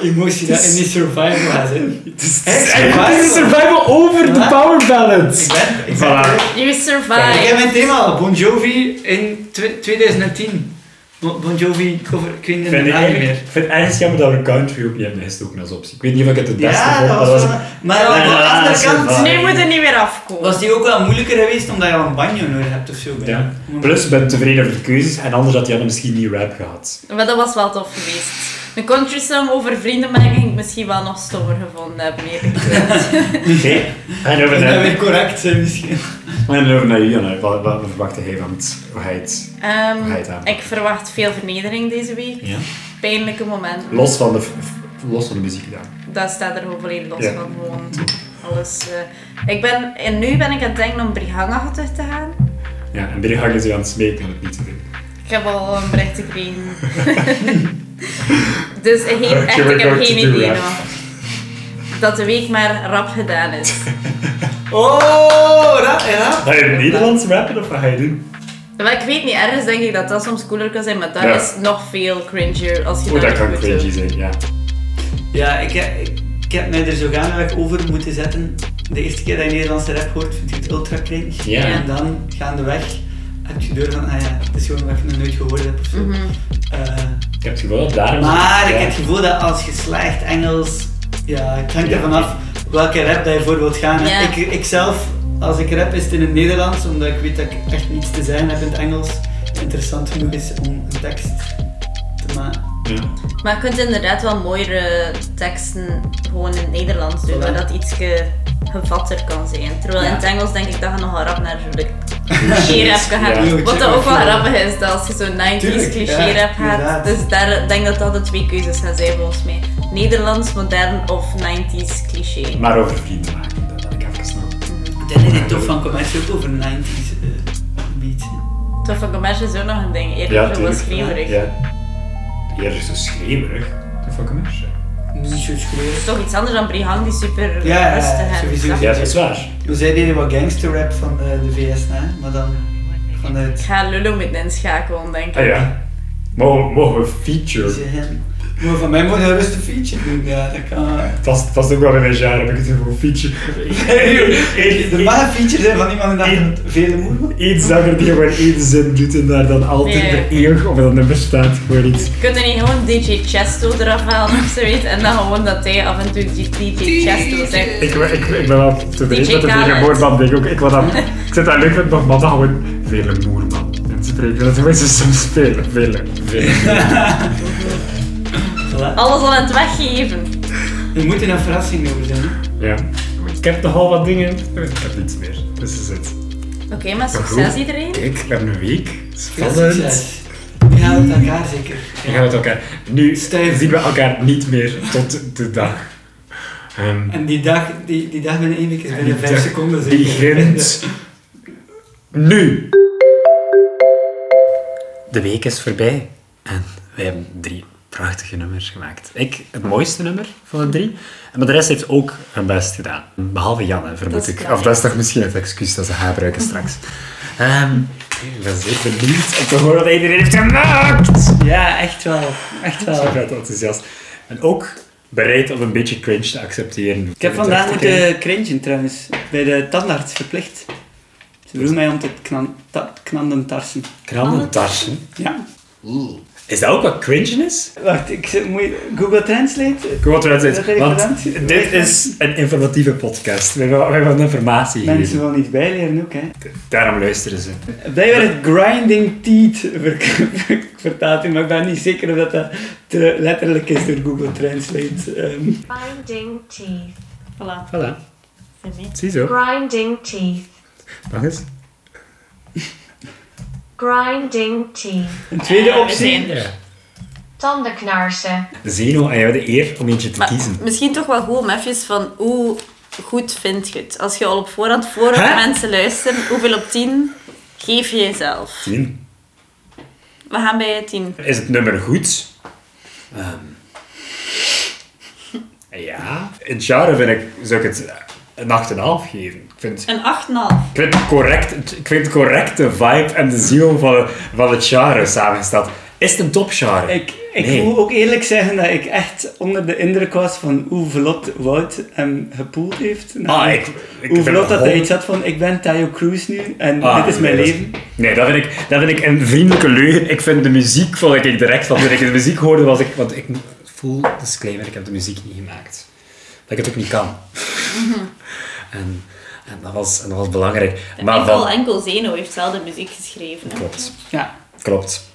[SPEAKER 4] De emotie dat in die survival gaat zitten.
[SPEAKER 2] Het is het
[SPEAKER 4] Echt
[SPEAKER 2] is eigenlijk-
[SPEAKER 4] waar?
[SPEAKER 2] het is een survival over de
[SPEAKER 4] Ja.
[SPEAKER 2] power
[SPEAKER 4] Ik
[SPEAKER 2] balance.
[SPEAKER 4] ben, ik ben
[SPEAKER 2] Voilà.
[SPEAKER 4] terug.
[SPEAKER 1] You survive.
[SPEAKER 4] Ik heb mijn thema al, Bon Jovi in tw- 2010. Bo- Bon Jovi cover, ik weet
[SPEAKER 2] Ik
[SPEAKER 4] de
[SPEAKER 2] vind
[SPEAKER 4] naam niet meer.
[SPEAKER 2] ik vind het ergens jammer dat we country ook niet hebben gestoken als optie. Ik weet niet of ik het het beste
[SPEAKER 4] Ja,
[SPEAKER 2] vond,
[SPEAKER 4] dat
[SPEAKER 2] maar
[SPEAKER 4] was
[SPEAKER 2] dat
[SPEAKER 4] wel...
[SPEAKER 2] was...
[SPEAKER 4] Maar aan de
[SPEAKER 2] Ja,
[SPEAKER 4] andere
[SPEAKER 2] dat is
[SPEAKER 4] kant
[SPEAKER 2] wel-
[SPEAKER 1] Nu moet het Dus niet weer afkomen.
[SPEAKER 4] was die ook wel moeilijker geweest omdat je al een banjo nodig hebt of zo. bij-
[SPEAKER 2] Ja.
[SPEAKER 4] Om-
[SPEAKER 2] Plus, ik ben tevreden over de keuzes en anders had Janne misschien niet rap gehad.
[SPEAKER 1] Maar dat was wel tof geweest. Een country song over vrienden maken ging ik misschien wel nog stommer gevonden hebben. eerlijk gezegd.
[SPEAKER 2] Oké, en over
[SPEAKER 4] Ik ben
[SPEAKER 2] naar,
[SPEAKER 4] weer correct zijn misschien.
[SPEAKER 2] en over naar Jana. Wat, wat verwachtte hij van het, hoe hij het...
[SPEAKER 1] Ehm,
[SPEAKER 2] Ga je het aan?
[SPEAKER 1] ik verwacht veel vernedering deze week. Pijnlijke momenten.
[SPEAKER 2] Los, van de, f- f- los van de muziek gedaan.
[SPEAKER 1] Dat staat er gewoon volledig los
[SPEAKER 2] Ja.
[SPEAKER 1] van. Gewoon alles. eh. ik ben, en nu ben ik aan het denken om Brihanga terug te gaan.
[SPEAKER 2] Ja, en Birgit is weer dus aan het smeken om het niet te doen.
[SPEAKER 1] Ik heb al een bericht gekregen. dus geen, echt,
[SPEAKER 2] You're
[SPEAKER 1] ik heb
[SPEAKER 2] going
[SPEAKER 1] geen
[SPEAKER 2] to do
[SPEAKER 1] idee
[SPEAKER 2] rap.
[SPEAKER 1] nog. Dat de week maar rap gedaan is.
[SPEAKER 4] Oh, rap,
[SPEAKER 2] Ga je Nederlands rappen of wat ga je doen?
[SPEAKER 1] Maar ik weet niet, ergens denk ik dat dat soms cooler kan zijn, maar dat
[SPEAKER 2] Ja.
[SPEAKER 1] is nog veel cringier als je
[SPEAKER 2] Oh, dat
[SPEAKER 1] doet,
[SPEAKER 2] kan
[SPEAKER 1] zo.
[SPEAKER 2] cringy zijn, ja.
[SPEAKER 4] Ja, ik heb, ik, ik heb mij er zo gaandeweg over moeten zetten de eerste keer dat je Nederlandse rap hoort, vind je het ultra cringe.
[SPEAKER 2] Ja.
[SPEAKER 4] En dan gaandeweg heb je door van, ah ja, het is gewoon wat ik nog nooit gehoord heb of zo. Eh,
[SPEAKER 2] Ik heb het gevoel dat daarom...
[SPEAKER 4] maar ik
[SPEAKER 2] Ja.
[SPEAKER 4] heb het gevoel dat als je slecht Engels, ja, het hangt er vanaf welke rap dat je voor wilt gaan.
[SPEAKER 1] Ja.
[SPEAKER 4] Ik, ik zelf, als ik rap, is het in het Nederlands, omdat ik weet dat ik echt niets te zeggen heb in het Engels. Interessant genoeg is om een tekst te maken.
[SPEAKER 2] Ja.
[SPEAKER 1] Maar je kunt inderdaad wel mooiere teksten gewoon in het Nederlands doen,
[SPEAKER 4] Voilà.
[SPEAKER 1] waar dat iets gevatter kan zijn. Terwijl
[SPEAKER 4] Ja.
[SPEAKER 1] in het Engels denk ik dat je nogal rap naar de cliché rap kan gaan.
[SPEAKER 2] Ja.
[SPEAKER 1] Wat dat ook wel grappig is, dat als je zo'n 90s
[SPEAKER 4] Tuurlijk,
[SPEAKER 1] cliché
[SPEAKER 4] ja,
[SPEAKER 1] rap gaat.
[SPEAKER 4] inderdaad.
[SPEAKER 1] Dus daar ik denk dat dat de twee keuzes gaan zijn volgens mij. Nederlands, modern of 90s cliché.
[SPEAKER 2] Maar over vrienden maken, dat had ik even snel.
[SPEAKER 4] Dan is het tof van commercie ook over 90s eh, beats. hè.
[SPEAKER 1] Toch van commercie is ook nog een ding. Eerder
[SPEAKER 2] Ja,
[SPEAKER 1] zo wat
[SPEAKER 2] tuurlijk.
[SPEAKER 1] schreeuwerig.
[SPEAKER 2] Ja. Eerder zo schreeuwerig. De fucking mensen.
[SPEAKER 4] Niet zo schreeuwen.
[SPEAKER 1] Toch iets anders dan Brihang die super
[SPEAKER 4] Ja, ja,
[SPEAKER 1] rustig en
[SPEAKER 4] sowieso.
[SPEAKER 1] zacht
[SPEAKER 2] Ja, dat is waar.
[SPEAKER 4] We zij deden wat gangster rap van eh, de VS, hè? maar dan vanuit
[SPEAKER 1] Ik ga Lulu met inschakelen, denk ik.
[SPEAKER 2] Ah ja. Mogen, mogen we feature?
[SPEAKER 4] ze hen. Maar van mij moet je rustig feature doen, ja, dat kan.
[SPEAKER 2] Dat is, dat is ook wel in mijn jaar, heb ik het gevoel, feature.
[SPEAKER 4] Er
[SPEAKER 2] Eén-
[SPEAKER 4] waren features hè, van iemand die
[SPEAKER 2] Eén-
[SPEAKER 4] dacht dat vele moeder.
[SPEAKER 2] Eén zanger die gewoon één zin doet en daar dan altijd
[SPEAKER 1] Nee.
[SPEAKER 2] voor eeuwig op dat nummer staat, gewoon iets.
[SPEAKER 1] Kunnen niet gewoon DJ Chesto eraf halen of zoiets en dan gewoon dat hij af en toe die DJ Chesto zegt.
[SPEAKER 2] Ik, ik, ik ben wel tevreden
[SPEAKER 1] DJ
[SPEAKER 2] met de Vele
[SPEAKER 1] Khaled.
[SPEAKER 2] Moerman, denk ik ook. Ik, wou dat, ik zit daar leuk met mijn mannen gewoon Vele Moerman in spreken. Dat is ze soms spelen. Vele, Vele.
[SPEAKER 1] Alles al aan het weggeven.
[SPEAKER 4] Er moet een verrassing over zijn. hè.
[SPEAKER 2] Ja. Ik heb nogal wat dingen. Ik heb niets meer. Dus is het.
[SPEAKER 1] Oké, maar succes
[SPEAKER 2] Goed.
[SPEAKER 1] iedereen.
[SPEAKER 2] Kijk, we hebben een week.
[SPEAKER 4] Veel
[SPEAKER 2] Spannend.
[SPEAKER 4] succes. Je haalt het elkaar zeker.
[SPEAKER 2] We gaan het elkaar. Nu
[SPEAKER 4] Stijf.
[SPEAKER 2] zien we elkaar niet meer tot de dag. Ehm,
[SPEAKER 4] En die dag, die, die dag binnen één week is binnen
[SPEAKER 2] die
[SPEAKER 4] vijf
[SPEAKER 2] dag-
[SPEAKER 4] seconden zeker.
[SPEAKER 2] Die grens. Nu! De week is voorbij en wij hebben drie prachtige nummers gemaakt. Ik het mooiste nummer van de drie, maar de rest heeft ook hun best gedaan. Behalve Janne, vermoed
[SPEAKER 1] is
[SPEAKER 2] ik.
[SPEAKER 1] waar.
[SPEAKER 2] Of dat is toch misschien het excuus dat ze haar gebruiken straks. Ehm, ik ben zeer benieuwd om te horen wat iedereen heeft gemaakt!
[SPEAKER 4] Ja, echt wel. Echt wel.
[SPEAKER 2] Ik ben enthousiast. En ook bereid om een beetje cringe te accepteren.
[SPEAKER 4] Ik heb vandaag moeten cringen trouwens. Bij de tandarts verplicht. Ze vroeg mij om te knan, ta, knanden tarsen.
[SPEAKER 2] Krabbentarsen.
[SPEAKER 4] Ja.
[SPEAKER 2] Is dat ook wat cringe is?
[SPEAKER 4] Wacht, ik, zit- moet je Google Translate?
[SPEAKER 2] Goed, wat eruit
[SPEAKER 4] Dat
[SPEAKER 2] zit.
[SPEAKER 4] heb ik
[SPEAKER 2] Want
[SPEAKER 4] gedaan.
[SPEAKER 2] dit is een informatieve podcast. We hebben, we hebben informatie
[SPEAKER 4] Mensen
[SPEAKER 2] gegeven.
[SPEAKER 4] willen iets bijleren ook, hè.
[SPEAKER 2] Daarom luisteren ze.
[SPEAKER 4] Blijkbaar het grinding teeth ver- vertaald, maar ik ben niet zeker of dat, dat te letterlijk is door Google Translate. Ehm,
[SPEAKER 7] Grinding teeth.
[SPEAKER 1] Voilà.
[SPEAKER 2] Voilà. Ziezo.
[SPEAKER 7] Grinding teeth.
[SPEAKER 2] Nog eens.
[SPEAKER 7] Grinding teeth.
[SPEAKER 4] een tweede optie.
[SPEAKER 1] zijn er.
[SPEAKER 7] Tandenknarsen.
[SPEAKER 2] Zeno, aan jou de eer om eentje te
[SPEAKER 1] Maar
[SPEAKER 2] kiezen.
[SPEAKER 1] misschien toch wel goed om even van hoe goed vind je het? Als je al op voorhand voor op
[SPEAKER 2] Hè?
[SPEAKER 1] mensen luistert, hoeveel op 10 geef je jezelf?
[SPEAKER 2] Tien.
[SPEAKER 1] We gaan bij je 10.
[SPEAKER 2] Is het nummer goed? Ehm, ja. In het genre vind ik, zou ik het een 8,5 geven. Ik vind,
[SPEAKER 1] Een 8,5.
[SPEAKER 2] ik vind, het correct, ik vind het correcte vibe en de ziel van, van het genre samengesteld. Is het een topgenre?
[SPEAKER 4] Ik, ik
[SPEAKER 2] Nee.
[SPEAKER 4] moet ook eerlijk zeggen dat ik echt onder de indruk was van hoe vlot Wout hem gepoeld heeft.
[SPEAKER 2] Ah, ik- ik
[SPEAKER 4] hoe
[SPEAKER 2] vind
[SPEAKER 4] vlot
[SPEAKER 2] het
[SPEAKER 4] dat hij
[SPEAKER 2] hol-
[SPEAKER 4] iets had van ik ben Tayo Cruz nu en
[SPEAKER 2] Ah,
[SPEAKER 4] dit is mijn
[SPEAKER 2] nee, dat
[SPEAKER 4] leven.
[SPEAKER 2] nee, dat vind, ik, dat vind ik een vriendelijke leugen. Ik vind de muziek, vond ik direct van toen ik de muziek hoorde, was ik... Want ik voel, disclaimer, ik heb de muziek niet gemaakt. Dat ik het ook niet kan. en, en, dat was, en dat was belangrijk. Maar
[SPEAKER 1] enkel,
[SPEAKER 2] van...
[SPEAKER 1] enkel Zeno heeft zelf de muziek geschreven. hè.
[SPEAKER 2] Klopt.
[SPEAKER 4] Ja.
[SPEAKER 2] Klopt.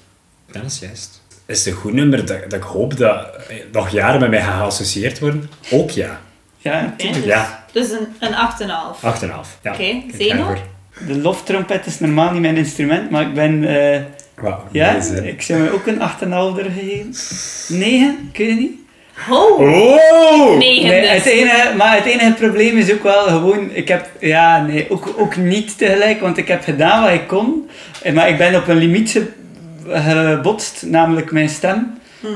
[SPEAKER 2] Ja, dat is juist. Is het een goed nummer dat, dat ik hoop dat eh, nog jaren met mij gaat geassocieerd worden? Ook ja.
[SPEAKER 4] ja.
[SPEAKER 1] Hè, Dus,
[SPEAKER 2] Ja.
[SPEAKER 1] dus een, een 8,5.
[SPEAKER 2] 8,5. Ja.
[SPEAKER 1] Oké,
[SPEAKER 2] Ik ga
[SPEAKER 1] Zeno?
[SPEAKER 2] ervoor.
[SPEAKER 4] De loftrompet is normaal niet mijn instrument, maar ik ben... eh,
[SPEAKER 2] Wauw.
[SPEAKER 4] ja,
[SPEAKER 2] deze.
[SPEAKER 4] ik zou mij ook een 8,5 er gegeven. 9, ik weet het niet.
[SPEAKER 1] Oh!
[SPEAKER 2] Oh!
[SPEAKER 1] Nee,
[SPEAKER 4] Nee,
[SPEAKER 1] dus.
[SPEAKER 4] het enige, maar het enige probleem is ook wel gewoon, ik heb, ja, nee, ook, ook niet tegelijk, want ik heb gedaan wat ik kon, eh, maar ik ben op een limiet ge- gebotst, namelijk mijn stem,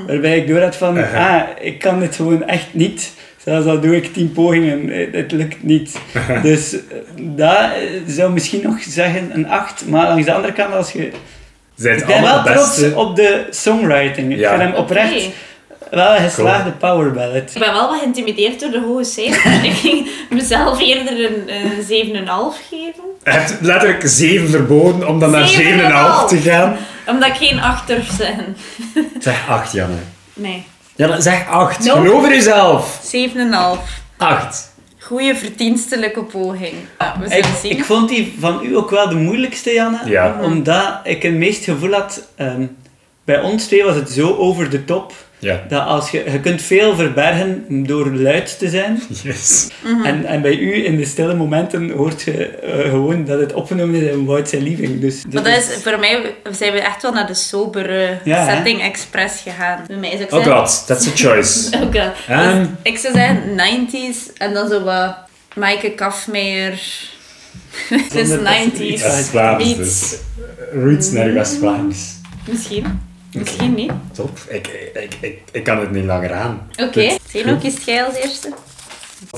[SPEAKER 4] waarbij ik door had van,
[SPEAKER 2] Aha.
[SPEAKER 4] ah, ik kan dit gewoon echt niet, zelfs al doe ik tien pogingen, eh, het lukt niet. Dus eh, dat eh, zou misschien nog zeggen een 8, maar langs de andere kant, als je...
[SPEAKER 2] Zijn het
[SPEAKER 4] Ik ben
[SPEAKER 2] allemaal
[SPEAKER 4] wel
[SPEAKER 2] de
[SPEAKER 4] trots
[SPEAKER 2] beste?
[SPEAKER 4] op de songwriting, ik
[SPEAKER 2] Ja.
[SPEAKER 4] vind hem oprecht...
[SPEAKER 1] Oké.
[SPEAKER 4] Wel een geslaagde power ballad.
[SPEAKER 1] Ik ben wel wat geïntimideerd door de hoge cijfers. ik ging mezelf eerder een, een 7,5 geven.
[SPEAKER 2] Je hebt letterlijk 7 verboden om dan naar 7,5
[SPEAKER 1] Zeven en half.
[SPEAKER 2] te gaan.
[SPEAKER 1] Omdat ik geen achter ben.
[SPEAKER 2] Zeg 8, Janne.
[SPEAKER 1] Nee.
[SPEAKER 2] Janne, zeg 8.
[SPEAKER 1] Nope.
[SPEAKER 2] Geloof in jezelf.
[SPEAKER 1] 7,5.
[SPEAKER 2] 8.
[SPEAKER 1] Goeie verdienstelijke poging. Ja, we
[SPEAKER 4] Ik,
[SPEAKER 1] zullen zien.
[SPEAKER 4] ik vond die van u ook wel de moeilijkste, Janne.
[SPEAKER 2] Ja.
[SPEAKER 4] Omdat ik het meest gevoel had... ehm, bij ons twee was het zo over de top...
[SPEAKER 2] Ja.
[SPEAKER 4] Dat als je, je kunt veel verbergen door luid te zijn.
[SPEAKER 2] Yes.
[SPEAKER 4] En, en bij u in de stille momenten hoort je eh, gewoon dat het opgenomen is in Wouts zijn Leaving. Dus
[SPEAKER 1] maar dat is, voor mij zijn we echt wel naar de sobere
[SPEAKER 4] Ja, hè?
[SPEAKER 1] setting expres gegaan. Bij mij is ook
[SPEAKER 2] Oh
[SPEAKER 1] zeggen-
[SPEAKER 2] god, that's a choice.
[SPEAKER 1] Ook dat.
[SPEAKER 2] Ehm.
[SPEAKER 1] Dus ik zou zeggen 90s en dan zo wat Maaike Kafmeijer. Het is
[SPEAKER 4] Zonder dat ze iets
[SPEAKER 1] 90s.
[SPEAKER 4] uit-
[SPEAKER 2] West-Vlaams
[SPEAKER 1] Iets.
[SPEAKER 2] dus. Roots naar uw West-Vlaams.
[SPEAKER 1] Misschien. Misschien niet.
[SPEAKER 2] Top. Ik, ik, ik, ik kan het niet langer aan.
[SPEAKER 1] Oké. Zeno, kiest jij als eerste?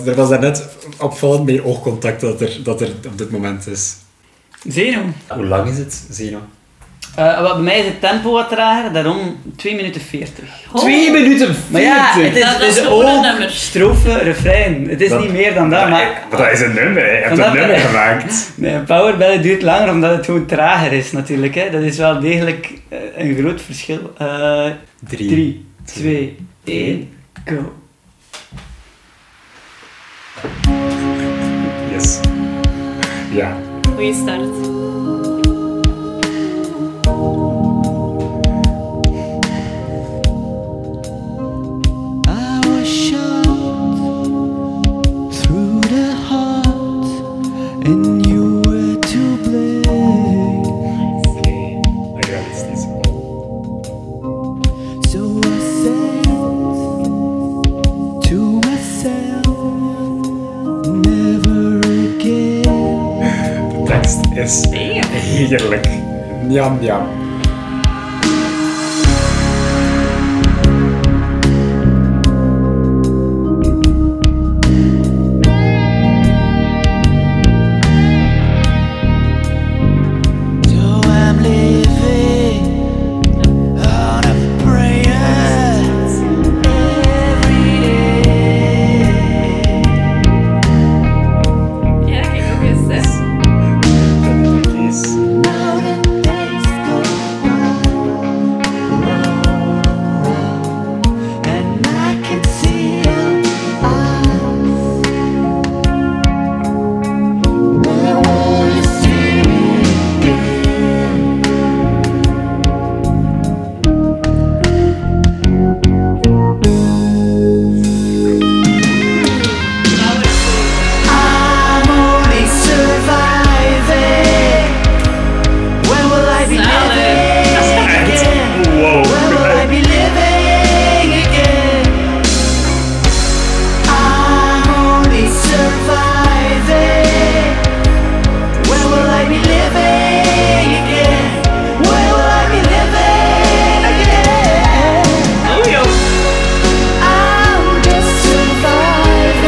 [SPEAKER 2] Er was daarnet opvallend meer oogcontact dat er, dat er op dit moment is. Nou,
[SPEAKER 4] Zeno.
[SPEAKER 2] Hoe lang is het, Zeno?
[SPEAKER 4] Eh, wat bij mij is het tempo wat trager, daarom 2 minuten 40.
[SPEAKER 1] Ho.
[SPEAKER 2] minuten
[SPEAKER 4] Maar ja, het is,
[SPEAKER 1] Dat
[SPEAKER 4] het is
[SPEAKER 1] is gewoon een
[SPEAKER 4] ook
[SPEAKER 1] nummer.
[SPEAKER 4] strofe, refrein. Het is niet meer dan dat, maar
[SPEAKER 2] dat is een nummer, hè. je hebt
[SPEAKER 4] Omdat-
[SPEAKER 2] een nummer gemaakt.
[SPEAKER 4] nee, powerbellen duurt langer omdat het gewoon trager is natuurlijk. Hè. Dat is wel degelijk eh, een groot verschil. Eh, 3, 2, 1, go.
[SPEAKER 2] Yes. Ja.
[SPEAKER 1] Goeie start.
[SPEAKER 6] I was shot through the heart, and you were to blame.
[SPEAKER 2] Realistisch.
[SPEAKER 6] So I said to myself, never again.
[SPEAKER 2] De tekst is heerlijk. Njam, njam.
[SPEAKER 6] So I'm living on a prayer every day.
[SPEAKER 1] Ja, kijk ook eens. Hè.
[SPEAKER 2] Het is...
[SPEAKER 6] Now the days go by, and I can see your eyes. Where will you see me again? I'm only surviving. When will I be living again?
[SPEAKER 2] Wow.
[SPEAKER 6] When will I be living again? I'm only surviving. When will I be living again? When will I be living again? I'm just surviving.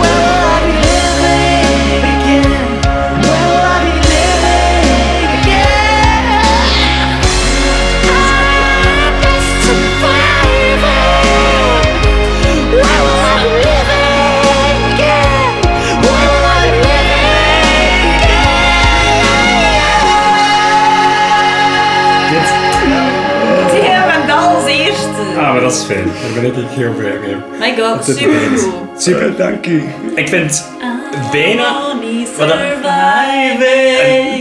[SPEAKER 6] Where will I be living again? Where will I be living again? I'm just surviving. Where will I be living again? Where will I be living again?
[SPEAKER 1] Ja, maar dan als eerste.
[SPEAKER 2] Ah, maar dat is fijn. Daar ben ik heel blij mee.
[SPEAKER 1] My god,
[SPEAKER 2] is
[SPEAKER 1] super
[SPEAKER 2] Super,
[SPEAKER 4] Eh, Dank u.
[SPEAKER 2] Ik vind bijna... Wat een-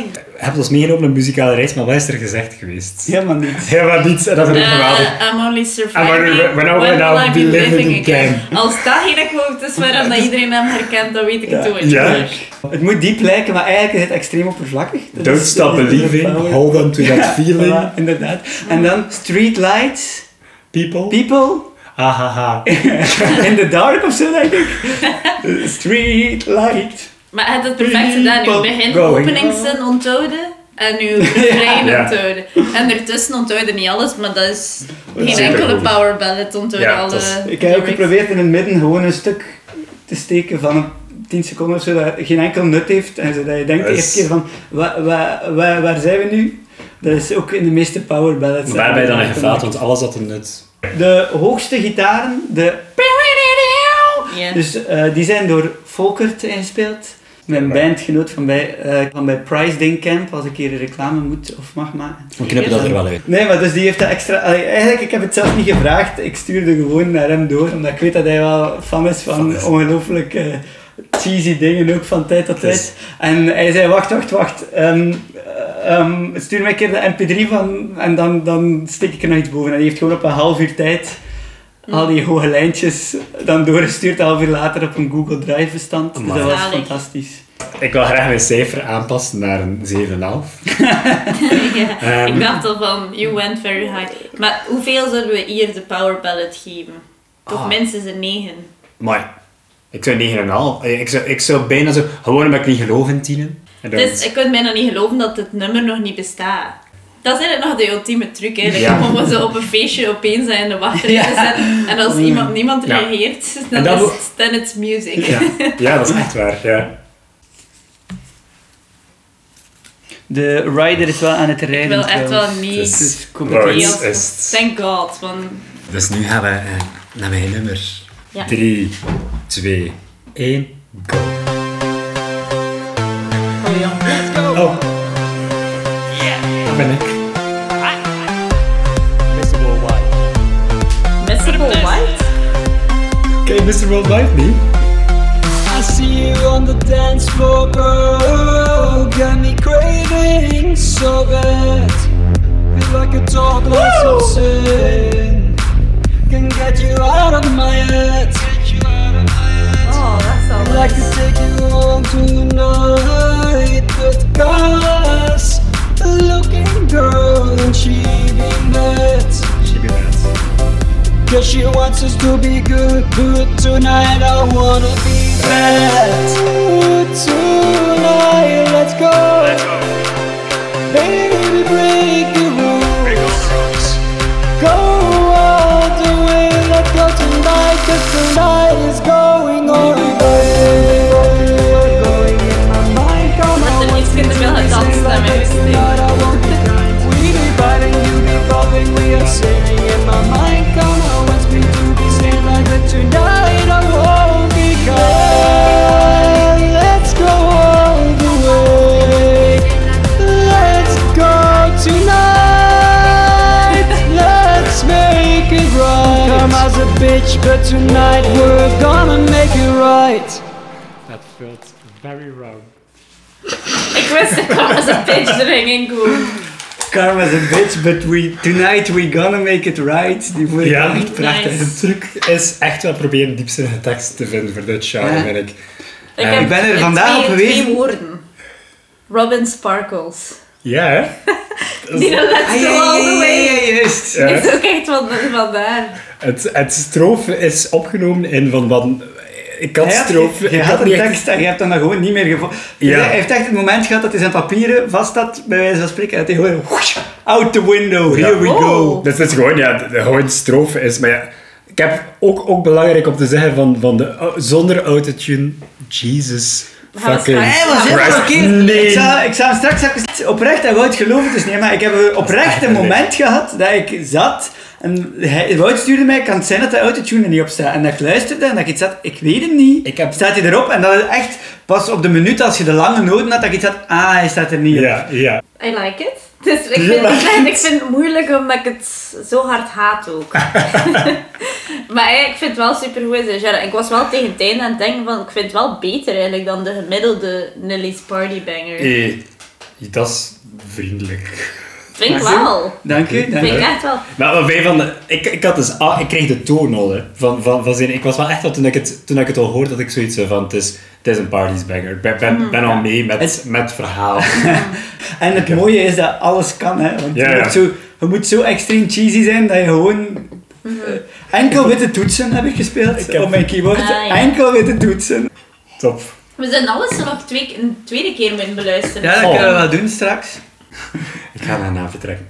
[SPEAKER 2] Je hebt ons meegenomen op een muzikale reis, maar wat is er gezegd geweest?
[SPEAKER 4] Helemaal niet.
[SPEAKER 2] Helemaal niets, en dat is ook geweldig.
[SPEAKER 1] Uh, I'm only surviving.
[SPEAKER 2] I'm only- when I- when I'll be living again. dus
[SPEAKER 1] Als dat geen quote is waarom dat iedereen hem herkent, dan weet ik het ook niet
[SPEAKER 2] Ja.
[SPEAKER 1] meer.
[SPEAKER 4] Het moet diep lijken, maar eigenlijk is het extreem oppervlakkig. Dat
[SPEAKER 2] Don't
[SPEAKER 4] is-
[SPEAKER 2] stop
[SPEAKER 4] dat is de
[SPEAKER 2] believing,
[SPEAKER 4] power.
[SPEAKER 2] hold on to that feeling,
[SPEAKER 4] Voilà, inderdaad. En dan Streetlights,
[SPEAKER 2] people.
[SPEAKER 4] People,
[SPEAKER 2] Ahaha.
[SPEAKER 4] In the Dark of zo, denk ik. Streetlight.
[SPEAKER 1] Maar het het perfect gedaan. Uw begin
[SPEAKER 2] Going.
[SPEAKER 1] openingszin onthouden en uw refrein
[SPEAKER 2] Ja.
[SPEAKER 1] onthouden. En ertussen onthouden niet alles, maar dat is geen
[SPEAKER 2] super
[SPEAKER 1] enkele
[SPEAKER 2] goed.
[SPEAKER 1] power ballad onthouden.
[SPEAKER 2] Ja,
[SPEAKER 1] alle
[SPEAKER 2] dat is-
[SPEAKER 4] Ik heb ook
[SPEAKER 1] lyrics.
[SPEAKER 4] geprobeerd in het midden gewoon een stuk te steken van een 10 seconden of zo, dat geen enkel nut heeft. En zodat je denkt de
[SPEAKER 2] Dat is-
[SPEAKER 4] eerste keer van, wa, wa, wa- waar zijn we nu? Dat is ook in de meeste power ballads.
[SPEAKER 2] Maar Waarbij dan in gefaald, want alles had een nut.
[SPEAKER 4] De hoogste gitaren, de...
[SPEAKER 1] Ja.
[SPEAKER 4] Dus eh, die zijn door Volkert ingespeeld. Mijn bandgenoot van bij, eh, van bij Price Ding Camp, als ik hier reclame moet of mag maken.
[SPEAKER 2] We knippen dat er wel uit.
[SPEAKER 4] Nee, maar dus die heeft dat extra... allee, eigenlijk, ik heb het zelf niet gevraagd. Ik stuurde gewoon naar hem door, omdat ik weet dat hij wel fan is van
[SPEAKER 2] Fan is.
[SPEAKER 4] ongelooflijk eh, cheesy dingen, ook van tijd tot tijd.
[SPEAKER 2] Dus-
[SPEAKER 4] En hij zei, wacht, wacht, wacht. ehm, ehm, stuur mij een keer de mp3 van en dan, dan steek ik er nog iets boven. En die heeft gewoon op een half uur tijd
[SPEAKER 1] Mm.
[SPEAKER 4] al die hoge lijntjes dan doorgestuurd, een half uur later op een Google Drive bestand. Dus dat was
[SPEAKER 1] Zalig.
[SPEAKER 4] fantastisch.
[SPEAKER 2] Ik wil graag mijn cijfer aanpassen naar een 7,5.
[SPEAKER 1] Ja,
[SPEAKER 2] Ehm.
[SPEAKER 1] ik dacht al van, you went very high. Maar hoeveel zouden we hier de power ballad geven? Toch
[SPEAKER 2] Ah.
[SPEAKER 1] minstens een 9.
[SPEAKER 2] Maar ik zou 9,5. Eh, Ik zou, ik zou bijna zo. Gewoon omdat ik niet geloof in tienen. En dan-
[SPEAKER 1] Dus ik kan bijna niet geloven dat dit nummer nog niet bestaat. Dat is eigenlijk nog de ultieme truc eigenlijk.
[SPEAKER 2] Ja.
[SPEAKER 1] Om we zo op een feestje opeens in de wachtrij te
[SPEAKER 4] Ja.
[SPEAKER 1] zetten. En als iemand, niemand
[SPEAKER 2] Mm. Ja.
[SPEAKER 1] reageert, dan
[SPEAKER 2] En dat
[SPEAKER 1] is
[SPEAKER 2] wil-
[SPEAKER 1] het then it's music.
[SPEAKER 2] ja. ja, dat is echt waar. Ja.
[SPEAKER 4] De rider is wel aan het rijden
[SPEAKER 1] Ik wil echt wel
[SPEAKER 4] trouwens.
[SPEAKER 1] niet...
[SPEAKER 2] Dus-
[SPEAKER 4] is competitief.
[SPEAKER 1] niet als-
[SPEAKER 2] Lawrence is-
[SPEAKER 1] Thank god, want...
[SPEAKER 2] Dus nu gaan we eh, naar mijn nummer.
[SPEAKER 1] Ja.
[SPEAKER 2] 3, 2, 1, go. Oh. Daar ben ik. Mr. Worldwide.
[SPEAKER 1] Mr. White?
[SPEAKER 2] Ken je Mr. Worldwide niet?
[SPEAKER 6] I see you on the dance floor, bro. Got me craving so bad. Feel like a dog lost of sin. Can get you out of my head.
[SPEAKER 1] Oh, dat is
[SPEAKER 6] I'd
[SPEAKER 1] al
[SPEAKER 6] like to take you home tonight, but cause the looking girl and she be mad.
[SPEAKER 2] She be mad.
[SPEAKER 6] Cause she wants us to be good, but tonight I wanna be bad. Ooh, Tonight, let's go. Baby, break the rules. Go all the way, let's go tonight, cause tonight is going all the way. Going in my mind, come
[SPEAKER 1] Met
[SPEAKER 6] on,
[SPEAKER 1] de
[SPEAKER 6] what's
[SPEAKER 1] liefst wel het dansen naar mijn
[SPEAKER 6] Tonight I won't be blind. We be biting, you be bobbing, we are singing in my mind. Come on, wants me to be seen like that tonight. I won't be kind. Let's go all the way. Let's go tonight. Let's make it right. Come as a bitch, but tonight we're gonna make it right.
[SPEAKER 2] That felt very wrong.
[SPEAKER 1] Ik wist dat ik als een pitch erin ging komen.
[SPEAKER 4] Karma's a bitch, but we tonight we gonna make it right. Die vond ik
[SPEAKER 2] Ja.
[SPEAKER 4] wel echt prachtig.
[SPEAKER 1] Nice.
[SPEAKER 2] De truc is echt wel proberen diepzinnige tekst te vinden voor dit genre,
[SPEAKER 4] Ja.
[SPEAKER 2] ben ik.
[SPEAKER 1] Ik,
[SPEAKER 2] heb-
[SPEAKER 4] Ik ben er vandaag
[SPEAKER 1] twee,
[SPEAKER 4] op geweest.
[SPEAKER 1] Twee woorden. Robin Sparkles.
[SPEAKER 2] Ja, hè?
[SPEAKER 1] Die de
[SPEAKER 4] Ah,
[SPEAKER 1] let's
[SPEAKER 4] ja,
[SPEAKER 1] go all
[SPEAKER 4] ja,
[SPEAKER 1] the
[SPEAKER 4] ja, ja,
[SPEAKER 1] way.
[SPEAKER 4] ja, juist.
[SPEAKER 2] Ja.
[SPEAKER 1] Is ook echt van, vandaar.
[SPEAKER 2] Het, het strofe is opgenomen in van wat... Ik had
[SPEAKER 4] Hij had-
[SPEAKER 2] strofe...
[SPEAKER 4] Je
[SPEAKER 2] ik
[SPEAKER 4] had een
[SPEAKER 2] niet echt-
[SPEAKER 4] tekst en je hebt dan dat gewoon niet meer gevonden.
[SPEAKER 2] Ja.
[SPEAKER 4] Hij heeft echt het moment gehad dat hij zijn papieren vast had, bij wijze van spreken, dat hij gewoon whoosh, out the window, here we
[SPEAKER 2] Ja.
[SPEAKER 4] go.
[SPEAKER 1] Oh.
[SPEAKER 2] Dat is gewoon, ja, de- de- gewoon strofe is. Maar ja, ik heb ook, ook belangrijk om te zeggen van, van de, oh, zonder autotune, Jesus
[SPEAKER 1] gaan we
[SPEAKER 2] fucking
[SPEAKER 1] straks-
[SPEAKER 4] Hij was helemaal
[SPEAKER 2] Christ.
[SPEAKER 4] verkeerd.
[SPEAKER 2] Nee.
[SPEAKER 4] Ik zou, ik zou hem straks even oprecht, en Wout geloof het dus niet, maar ik heb een oprecht
[SPEAKER 2] echt
[SPEAKER 4] een
[SPEAKER 2] een
[SPEAKER 4] moment gehad dat ik zat en hij, Wout stuurde mij, kan het zijn dat de autotune er niet op staat? En dat ik luisterde en dat ik iets had, ik weet het niet,
[SPEAKER 2] Ik heb-
[SPEAKER 4] staat hij erop? En dat is echt pas op de minuut als je de lange noten had, dat ik iets had, ah, hij staat er niet op.
[SPEAKER 2] Ja, ja.
[SPEAKER 1] I like it. Dus ik
[SPEAKER 2] Je
[SPEAKER 1] vind,
[SPEAKER 2] like
[SPEAKER 1] ik vind- ik vind het moeilijk omdat ik het zo hard haat ook. maar eigenlijk, ik vind het wel super goed. Ik was wel tegen het einde aan het denken van ik vind het wel beter eigenlijk dan de gemiddelde Nelly's Partybanger. Banger.
[SPEAKER 2] Eh, dat is vriendelijk.
[SPEAKER 1] Vind ik
[SPEAKER 4] Maar zo-
[SPEAKER 1] wel.
[SPEAKER 4] Dank u, dank
[SPEAKER 1] Vind
[SPEAKER 4] u.
[SPEAKER 1] ik echt wel.
[SPEAKER 2] Maar wat wij van de, ik, ik had dus, ah, ik kreeg de toon al, hè, van, van, van zijn, ik was wel echt al, toen ik het, toen ik het al hoorde, dat ik zoiets zei van, het is, het is een parties-banger. Ik ben, ben, ben
[SPEAKER 1] Mhm.
[SPEAKER 2] al mee met, met verhaal.
[SPEAKER 4] En het mooie is dat alles kan, hè. Want
[SPEAKER 2] Ja,
[SPEAKER 4] je,
[SPEAKER 2] ja.
[SPEAKER 4] moet zo, je moet zo extreem cheesy zijn dat je gewoon...
[SPEAKER 1] Mhm.
[SPEAKER 4] eh, enkel witte toetsen heb ik gespeeld
[SPEAKER 2] Ik heb-
[SPEAKER 4] op mijn keyboard.
[SPEAKER 1] Ah, ja.
[SPEAKER 4] Enkel witte toetsen.
[SPEAKER 2] Top.
[SPEAKER 1] We zijn alles er nog twee, een tweede keer moeten beluisteren.
[SPEAKER 4] Ja, dat
[SPEAKER 2] Oh.
[SPEAKER 4] kunnen we wel doen straks.
[SPEAKER 2] Ik ga naar een naafje trekken.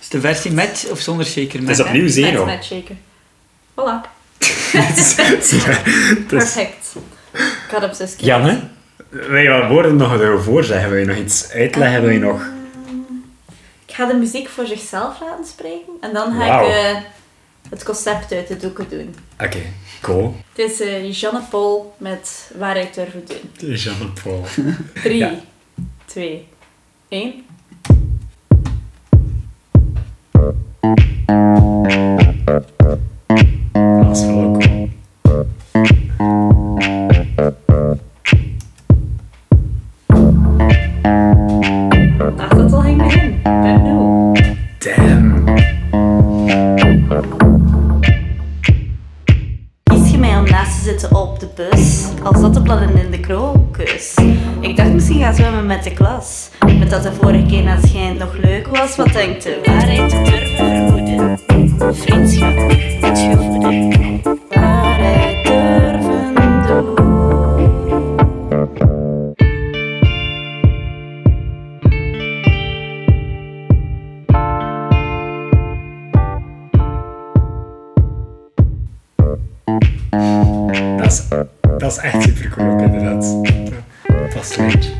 [SPEAKER 4] Is de versie met of zonder shaker met?
[SPEAKER 2] Het is
[SPEAKER 4] hè?
[SPEAKER 2] opnieuw Zeno.
[SPEAKER 1] Met shaker. Voilà.
[SPEAKER 2] Dus-
[SPEAKER 1] Perfect. Ik had op zes keer.
[SPEAKER 2] Janne? Wil je wat woorden nog ervoor zeggen? Wil je nog iets uitleggen? Wil je nog...
[SPEAKER 1] Ik ga de muziek voor zichzelf laten spreken en dan ga
[SPEAKER 2] Wauw.
[SPEAKER 1] ik eh, het concept uit de doeken doen.
[SPEAKER 2] Oké, cool.
[SPEAKER 1] Het is eh Jeanne Paul met Waar ik durf het doen.
[SPEAKER 2] Jean-Paul.
[SPEAKER 1] 3,
[SPEAKER 2] Ja.
[SPEAKER 1] 2, 1.
[SPEAKER 2] Dat is wel cool.
[SPEAKER 1] Laat dat al hangen in. Ik ben benieuwd.
[SPEAKER 2] Damn.
[SPEAKER 8] Kies je mij om naast te zitten op de bus? Al zat de plannen in de krokus. Ik dacht misschien gaan zwemmen met de klas. Met dat de vorige keer naar het schijnt nog leuk was. Wat denkt de waarheid te durven vermoeden? Vriendschap, het gevoeden. Waarheid durven doen.
[SPEAKER 2] Dat is, dat is echt super cool, inderdaad. Dat is leuk.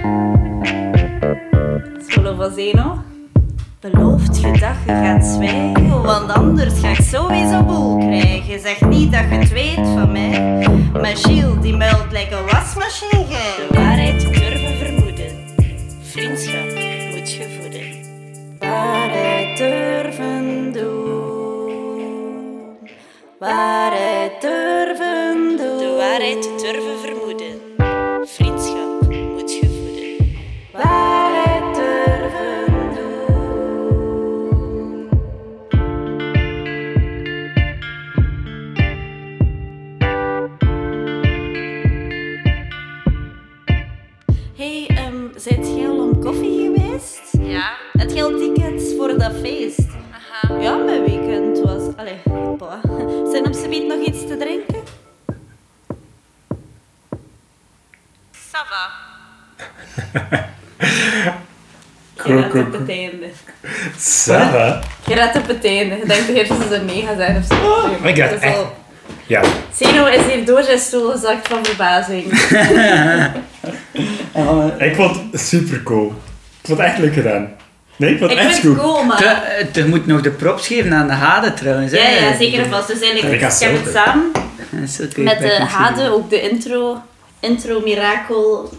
[SPEAKER 1] Solo van Zeno.
[SPEAKER 8] Belooft je dat je gaat zwijgen, want anders ga ik sowieso boel krijgen. Zeg niet dat je het weet van mij, maar Gilles die muilt lijkt een wasmachine. gij. De waarheid durven vermoeden, vriendschap moet gevoeden. Waarheid durven doen, waarheid durven doen. De waarheid durven vermoeden, vriendschap moet gevoeden. Waarheid durven doen. Hey, ehm, zijt jij al om koffie geweest? Ja. Het geldt tickets voor dat feest. Aha. Ja, mijn weekend was. Allee, boah. Zijn op z'n beet nog iets te drinken? Sava.
[SPEAKER 1] Je raadt
[SPEAKER 2] cool,
[SPEAKER 1] op het einde.
[SPEAKER 2] Sarah.
[SPEAKER 1] Je raadt op het einde. Je denkt eerst dat ze nee gaan zijn of zo.
[SPEAKER 2] maar Ah, ik dacht
[SPEAKER 1] Dat is
[SPEAKER 2] echt-
[SPEAKER 1] al-
[SPEAKER 2] Ja,
[SPEAKER 1] Zeno is hier door zijn stoel gezakt van verbazing.
[SPEAKER 4] En dan, eh,
[SPEAKER 2] ik vond het super cool. Ik vond het echt leuk gedaan. Nee, ik vond
[SPEAKER 1] Ik
[SPEAKER 2] het
[SPEAKER 1] vind
[SPEAKER 2] echt
[SPEAKER 1] het
[SPEAKER 2] goed.
[SPEAKER 1] cool, maar...
[SPEAKER 4] te- eh, Je moet nog de props geven aan de hade trouwens.
[SPEAKER 1] Ja,
[SPEAKER 4] hè.
[SPEAKER 1] ja, zeker en vast. Dus eigenlijk,
[SPEAKER 2] Rebecca
[SPEAKER 1] ik heb het
[SPEAKER 2] Silver.
[SPEAKER 1] samen
[SPEAKER 4] Dat is oké,
[SPEAKER 1] met
[SPEAKER 4] bij
[SPEAKER 1] de
[SPEAKER 4] Consider.
[SPEAKER 1] Hade, ook de intro, intro Mirakel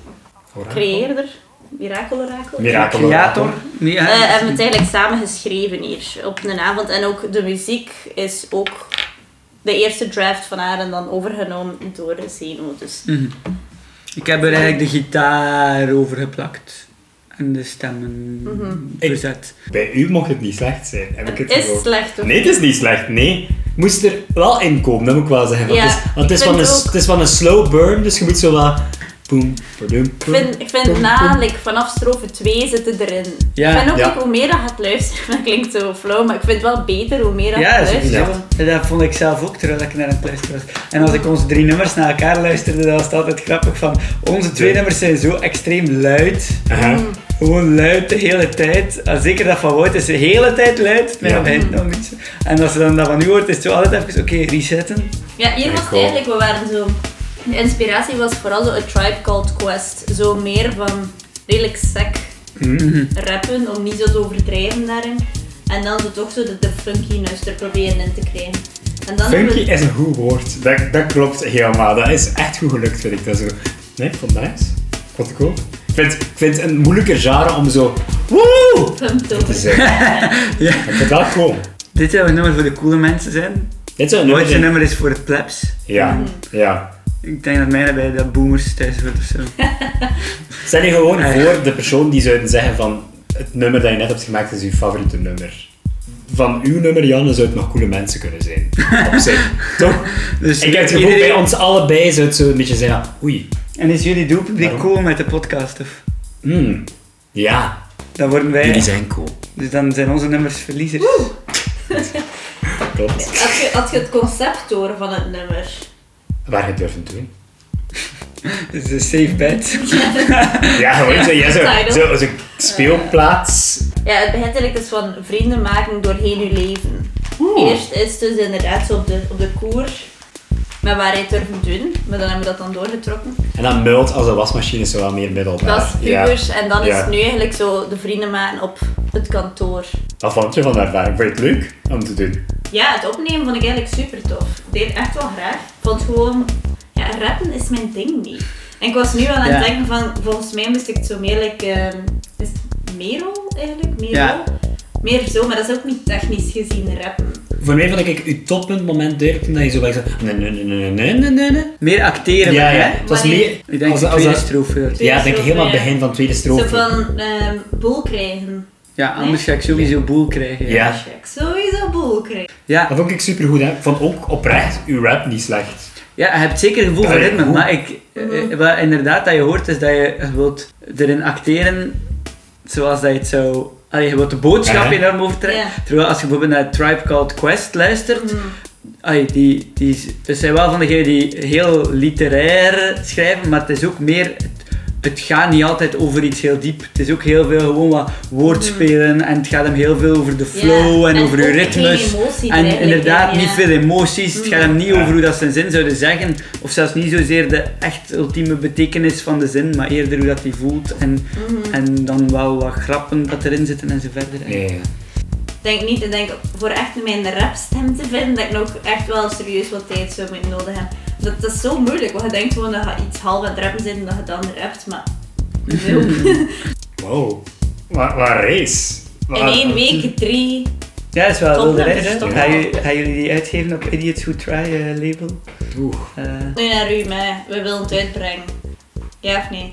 [SPEAKER 1] creëerder. Mirakel Orakel.
[SPEAKER 2] Mirakel.
[SPEAKER 4] Creator. Ja,
[SPEAKER 1] Eh, hebben we het eigenlijk samen geschreven hier op een avond. En ook de muziek is ook de eerste draft van haar en dan overgenomen door Zeno. Dus
[SPEAKER 4] Ik heb er eigenlijk de gitaar over geplakt. En de stemmen
[SPEAKER 1] Mhm.
[SPEAKER 4] verzet.
[SPEAKER 2] Bij u mocht het niet slecht zijn, heb ik het
[SPEAKER 1] het is
[SPEAKER 2] gevoel.
[SPEAKER 1] slecht hoor.
[SPEAKER 2] Nee, het is niet slecht, nee. Je moest er wel in komen, dat moet ik wel zeggen. Want
[SPEAKER 1] Ja,
[SPEAKER 2] het is, want het is
[SPEAKER 1] ik
[SPEAKER 2] van
[SPEAKER 1] vind
[SPEAKER 2] een,
[SPEAKER 1] ook.
[SPEAKER 2] het is van een slow burn, dus je moet zo wat... Boom, boom,
[SPEAKER 1] Ik vind, ik vind na, like, vanaf strofe 2 zitten erin.
[SPEAKER 4] Ja,
[SPEAKER 1] ik vind ook
[SPEAKER 2] ja.
[SPEAKER 1] like, hoe meer dat gaat luisteren, dat klinkt zo flauw, maar ik vind het wel beter hoe meer dat gaat
[SPEAKER 4] Ja,
[SPEAKER 1] luisteren.
[SPEAKER 4] sowieso.
[SPEAKER 2] Ja.
[SPEAKER 4] En Dat vond ik zelf ook terwijl ik naar een luisteren was. En als ik onze drie nummers naar elkaar luisterde, dan was het altijd grappig van... Onze twee
[SPEAKER 2] Ja.
[SPEAKER 4] nummers zijn zo extreem luid. Gewoon luid de hele tijd. En Zeker dat van Wout is de hele tijd luid. Maar
[SPEAKER 2] Ja.
[SPEAKER 4] ja. nog niet. En als ze dan dat van u hoort, is het zo altijd even... Oké, resetten.
[SPEAKER 1] Ja, hier was het
[SPEAKER 2] cool.
[SPEAKER 1] eigenlijk, we waren zo... De inspiratie was vooral zo A Tribe Called Quest. Zo meer van redelijk sec rappen, om niet zo te overdrijven daarin. En dan zo toch zo de, de funkiness er proberen in te krijgen. En dan
[SPEAKER 2] Funky
[SPEAKER 1] hebben we-
[SPEAKER 2] is een goed woord. Dat, dat klopt helemaal. Dat is echt goed gelukt, vind ik. Dat zo. Nee, ik vond het nice. Ik vond het cool. Ik vind, ik vind het een moeilijke genre om zo... Woe!
[SPEAKER 1] pumped
[SPEAKER 2] te
[SPEAKER 1] over.
[SPEAKER 2] zeggen.
[SPEAKER 4] Ja.
[SPEAKER 2] Ik vind dat cool.
[SPEAKER 4] Dit zou een nummer voor de coole mensen zijn.
[SPEAKER 2] Dit is een
[SPEAKER 4] Wout's
[SPEAKER 2] nummer...
[SPEAKER 4] nummer is voor de plebs.
[SPEAKER 2] Ja, ja.
[SPEAKER 4] Ik denk dat mij bij de boomers thuis wordt of zo.
[SPEAKER 2] Stel je gewoon voor de persoon die zouden zeggen van het nummer dat je net hebt gemaakt is uw favoriete nummer. Van uw nummer, Janne, zou het nog coole mensen kunnen zijn. Op zich, toch?
[SPEAKER 4] Dus
[SPEAKER 2] ik heb het gevoel, bij ons allebei zou het zo een beetje zijn van, oei,
[SPEAKER 4] En is jullie doelpubliek
[SPEAKER 2] Waarom?
[SPEAKER 4] cool met de podcast? Of?
[SPEAKER 2] hmm, ja,
[SPEAKER 4] Dan worden
[SPEAKER 2] jullie
[SPEAKER 4] wij,
[SPEAKER 2] zijn cool.
[SPEAKER 4] dus dan zijn onze nummers verliezers.
[SPEAKER 2] Klopt.
[SPEAKER 1] Had je, had je het concept door van het nummer?
[SPEAKER 2] Waar je durft te doen.
[SPEAKER 4] Dus een safe bet.
[SPEAKER 2] Ja, gewoon zo, ja, zo,
[SPEAKER 1] Title.
[SPEAKER 2] zo, zo'n speelplaats.
[SPEAKER 1] Ja, het begint eigenlijk dus van vrienden maken doorheen je leven. Eerst is dus inderdaad zo op de, op de koer met waarheid durven doen. Maar dan hebben we dat dan doorgetrokken.
[SPEAKER 2] En dan muilt als de wasmachine is zo wel meer middelbaar.
[SPEAKER 1] Dat is pubers.
[SPEAKER 2] Ja.
[SPEAKER 1] En dan is
[SPEAKER 2] Ja.
[SPEAKER 1] het nu eigenlijk zo de vrienden maken op het kantoor.
[SPEAKER 2] Wat vond je van de ervaring? Vond je het leuk om te doen?
[SPEAKER 1] Ja, het opnemen vond ik eigenlijk super tof. Ik deed echt wel graag. Want gewoon, ja, rappen is mijn ding niet. En ik was nu wel aan het
[SPEAKER 4] Ja.
[SPEAKER 1] denken van, volgens mij moest ik het zo meer, like, ehm, is het Merel eigenlijk? Merel?
[SPEAKER 4] Ja.
[SPEAKER 1] Meer zo, maar dat is ook niet technisch gezien rappen.
[SPEAKER 2] Voor mij vond ik je toppunt moment duidelijk toen je zo bij zei... Nee, nee, nee, nee, nee, nee, nee, nee.
[SPEAKER 4] Meer acteren,
[SPEAKER 2] Ja,
[SPEAKER 4] maar,
[SPEAKER 2] ja.
[SPEAKER 4] hè?
[SPEAKER 2] Het was
[SPEAKER 1] Wanneer-
[SPEAKER 2] meer...
[SPEAKER 4] Ik denk
[SPEAKER 2] als-
[SPEAKER 4] de
[SPEAKER 2] als-
[SPEAKER 4] tweede strofe.
[SPEAKER 2] Ja, ik denk
[SPEAKER 1] strofe,
[SPEAKER 2] helemaal
[SPEAKER 1] ja.
[SPEAKER 2] begin van tweede
[SPEAKER 1] Zo
[SPEAKER 2] strofe.
[SPEAKER 1] van, ehm, boel krijgen.
[SPEAKER 4] Ja, anders ga ik sowieso boel krijgen.
[SPEAKER 2] Ja.
[SPEAKER 1] Als ik sowieso boel krijg.
[SPEAKER 4] Ja,
[SPEAKER 2] Dat vond ik supergoed, hè. Ik vond ook oprecht uw rap niet slecht.
[SPEAKER 4] ja, je hebt zeker gevoel voor
[SPEAKER 2] Ja, ja,
[SPEAKER 4] ritme,
[SPEAKER 2] goed.
[SPEAKER 4] maar ik,
[SPEAKER 1] Mhm.
[SPEAKER 4] eh, wat inderdaad dat je hoort is dat je wilt erin acteren zoals dat je het zou... Allee, je wilt de
[SPEAKER 2] Ja.
[SPEAKER 4] boodschap enorm overtrekken.
[SPEAKER 1] Ja. Mhm.
[SPEAKER 4] Terwijl als je bijvoorbeeld naar Tribe Called Quest luistert, Ai, die, die, is- het zijn wel van degenen die heel literair schrijven, maar het is ook meer. Het, het gaat niet altijd over iets heel diep. Het is ook heel veel gewoon wat woordspelen en het gaat hem heel veel over de flow
[SPEAKER 1] Mhm. Ja,
[SPEAKER 4] en,
[SPEAKER 1] en
[SPEAKER 4] over uw
[SPEAKER 1] ook geen
[SPEAKER 4] ritmes.
[SPEAKER 1] emotie er
[SPEAKER 4] En
[SPEAKER 1] eigenlijk
[SPEAKER 4] inderdaad
[SPEAKER 1] in, ja. Hmm.
[SPEAKER 4] niet veel emoties. Het gaat hem niet
[SPEAKER 2] Ja.
[SPEAKER 4] over hoe dat zijn zin zouden zeggen, of zelfs niet zozeer de echt ultieme betekenis van de zin, maar eerder hoe dat hij voelt en,
[SPEAKER 1] Hmm.
[SPEAKER 4] en dan wel wat grappen dat erin zitten en zo verder.
[SPEAKER 2] Nee.
[SPEAKER 1] Ik denk niet, ik denk voor echt mijn rapstem te vinden, dat ik nog echt wel serieus wat tijd zou moeten nodig hebben. Dat, dat is zo moeilijk, want je denkt gewoon dat je iets half aan het rappen zit en dat je dan rapt, maar...
[SPEAKER 2] Wow. Wat wat een race. Wat-
[SPEAKER 1] In één week drie.
[SPEAKER 4] Ja, dat is wel
[SPEAKER 1] Top
[SPEAKER 4] wilde
[SPEAKER 1] nummers,
[SPEAKER 4] reis. hè?
[SPEAKER 1] top
[SPEAKER 4] Gaan
[SPEAKER 1] nummers.
[SPEAKER 4] jullie- gaan jullie die uitgeven op Idiots Who Try eh, label?
[SPEAKER 2] Oeh.
[SPEAKER 4] Eh,
[SPEAKER 1] Nu naar u, maar we willen het uitbrengen. Ja of nee?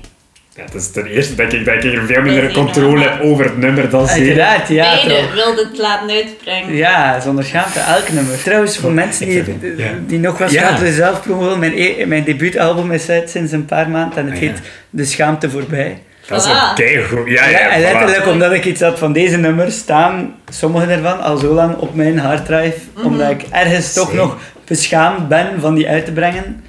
[SPEAKER 2] Ja, het is ten eerste denk ik dat ik hier veel minder
[SPEAKER 1] Beide.
[SPEAKER 2] controle heb over het nummer dan
[SPEAKER 4] Ah,
[SPEAKER 2] zeer.
[SPEAKER 4] uiteraard, ja.
[SPEAKER 1] Beide
[SPEAKER 4] toch.
[SPEAKER 1] wilden het laten uitbrengen.
[SPEAKER 4] Ja, zonder schaamte, elk nummer. Trouwens, voor mensen die,
[SPEAKER 2] Ja.
[SPEAKER 4] die nog wel
[SPEAKER 2] Ja.
[SPEAKER 4] schaamte zelf promoten, mijn, e- mijn debuutalbum is uit sinds een paar maanden en het
[SPEAKER 2] Ah, ja.
[SPEAKER 4] heet De Schaamte Voorbij.
[SPEAKER 2] Dat
[SPEAKER 1] Voilà.
[SPEAKER 2] is een keigoed. Ja, Ah, ja,
[SPEAKER 4] Ja, en
[SPEAKER 2] voilà.
[SPEAKER 4] letterlijk omdat ik iets had van deze nummers staan, sommige ervan al zo lang op mijn harddrive,
[SPEAKER 1] Mhm.
[SPEAKER 4] omdat ik ergens toch
[SPEAKER 2] Same.
[SPEAKER 4] nog beschaamd ben van die uit te brengen.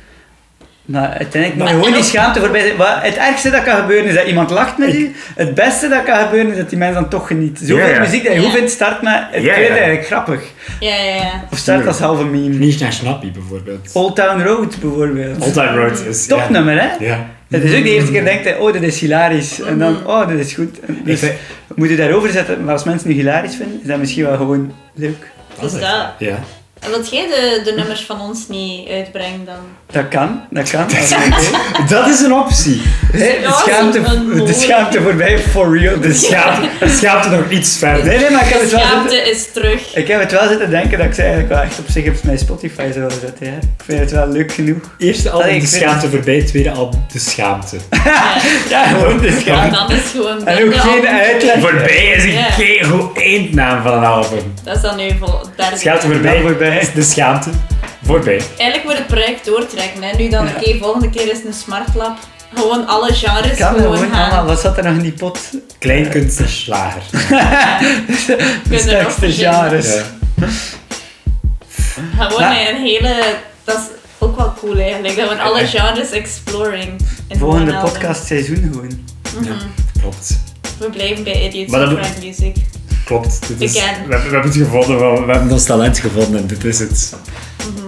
[SPEAKER 4] Maar uiteindelijk moet
[SPEAKER 1] Maar-
[SPEAKER 4] je gewoon
[SPEAKER 1] en
[SPEAKER 4] die
[SPEAKER 1] ook-
[SPEAKER 4] schaamte voorbij zijn. Wat- Het ergste dat kan gebeuren is dat iemand lacht met je. Het beste dat kan gebeuren is dat die mensen dan toch genieten. Zoveel
[SPEAKER 2] Ja, ja.
[SPEAKER 4] muziek dat je
[SPEAKER 1] Ja.
[SPEAKER 4] goed vindt, start met het
[SPEAKER 2] Ja, ja.
[SPEAKER 4] klinkt eigenlijk grappig.
[SPEAKER 1] Ja, ja, ja.
[SPEAKER 4] Of start als halve meme.
[SPEAKER 2] Niet naar Snappy bijvoorbeeld.
[SPEAKER 4] Old Town Road bijvoorbeeld.
[SPEAKER 2] Old Time Road is... ja.
[SPEAKER 4] Topnummer hè?
[SPEAKER 2] Ja.
[SPEAKER 4] Het is ook de eerste keer dat je denkt, oh, dit is hilarisch. En
[SPEAKER 1] Mm-hmm.
[SPEAKER 4] dan, oh, dit is goed. En Dus
[SPEAKER 2] vind-
[SPEAKER 4] we moeten daarover zetten. Maar als mensen nu hilarisch vinden, is dat misschien wel gewoon leuk.
[SPEAKER 1] Dus dat.
[SPEAKER 2] Ja.
[SPEAKER 1] En wilt jij de, de nummers van ons niet uitbrengen dan?
[SPEAKER 4] Dat kan, dat kan.
[SPEAKER 2] Dat is een optie.
[SPEAKER 4] Hey, de,
[SPEAKER 1] Ja,
[SPEAKER 4] schaamte,
[SPEAKER 1] dat is een
[SPEAKER 4] de
[SPEAKER 1] mooie.
[SPEAKER 4] schaamte voorbij, for real. De schaamte.
[SPEAKER 2] Schaamte, schaamte nog iets verder.
[SPEAKER 4] Nee, nee, maar ik heb het wel
[SPEAKER 1] Schaamte
[SPEAKER 4] zitten,
[SPEAKER 1] is terug.
[SPEAKER 4] ik heb het wel zitten denken dat ik ze eigenlijk wel echt op zich op mijn Spotify zou willen zetten. hè. Ik vind het wel leuk genoeg.
[SPEAKER 2] Eerste album
[SPEAKER 4] Allee, ik
[SPEAKER 2] de
[SPEAKER 4] vind-
[SPEAKER 2] schaamte voorbij, tweede album de schaamte.
[SPEAKER 4] Ja, gewoon de
[SPEAKER 1] En
[SPEAKER 4] schaamte.
[SPEAKER 1] dat is gewoon...
[SPEAKER 4] En ook
[SPEAKER 1] dat-
[SPEAKER 4] geen
[SPEAKER 1] dat-
[SPEAKER 4] uitleg.
[SPEAKER 2] Voorbij is een
[SPEAKER 1] Ja.
[SPEAKER 2] keigoed eindnaam van een album.
[SPEAKER 1] Dat is dan nu vol derde.
[SPEAKER 2] Schaamte voorbij,
[SPEAKER 4] Dan voorbij.
[SPEAKER 2] de schaamte voorbij.
[SPEAKER 1] Eigenlijk moet het project doortrekken. Hè. Nu dan, oké, volgende keer is het een smartlab. Gewoon alle genres
[SPEAKER 4] Kan
[SPEAKER 1] gewoon,
[SPEAKER 4] gewoon,
[SPEAKER 1] gaan.
[SPEAKER 4] allemaal. Wat zat er nog in die pot?
[SPEAKER 2] Kleinkunstner slager. Dus,
[SPEAKER 4] De
[SPEAKER 1] Kunnen we nog
[SPEAKER 4] sterkste
[SPEAKER 1] verzinnen.
[SPEAKER 4] genres.
[SPEAKER 2] Ja.
[SPEAKER 1] Gewoon
[SPEAKER 4] Maar-
[SPEAKER 1] een hele... Dat is ook wel cool eigenlijk. Dat we alle genres exploring. in
[SPEAKER 4] Volgende
[SPEAKER 1] gewoon album.
[SPEAKER 4] podcastseizoen gewoon.
[SPEAKER 2] Klopt.
[SPEAKER 1] We blijven bij Idiots
[SPEAKER 2] Maar dat
[SPEAKER 1] and
[SPEAKER 2] moet-
[SPEAKER 1] Friend Music.
[SPEAKER 2] Klopt. Dit is, we,
[SPEAKER 1] Ik ken.
[SPEAKER 2] hebben, we hebben het gevonden, we, we hebben ons talent gevonden en dit is het.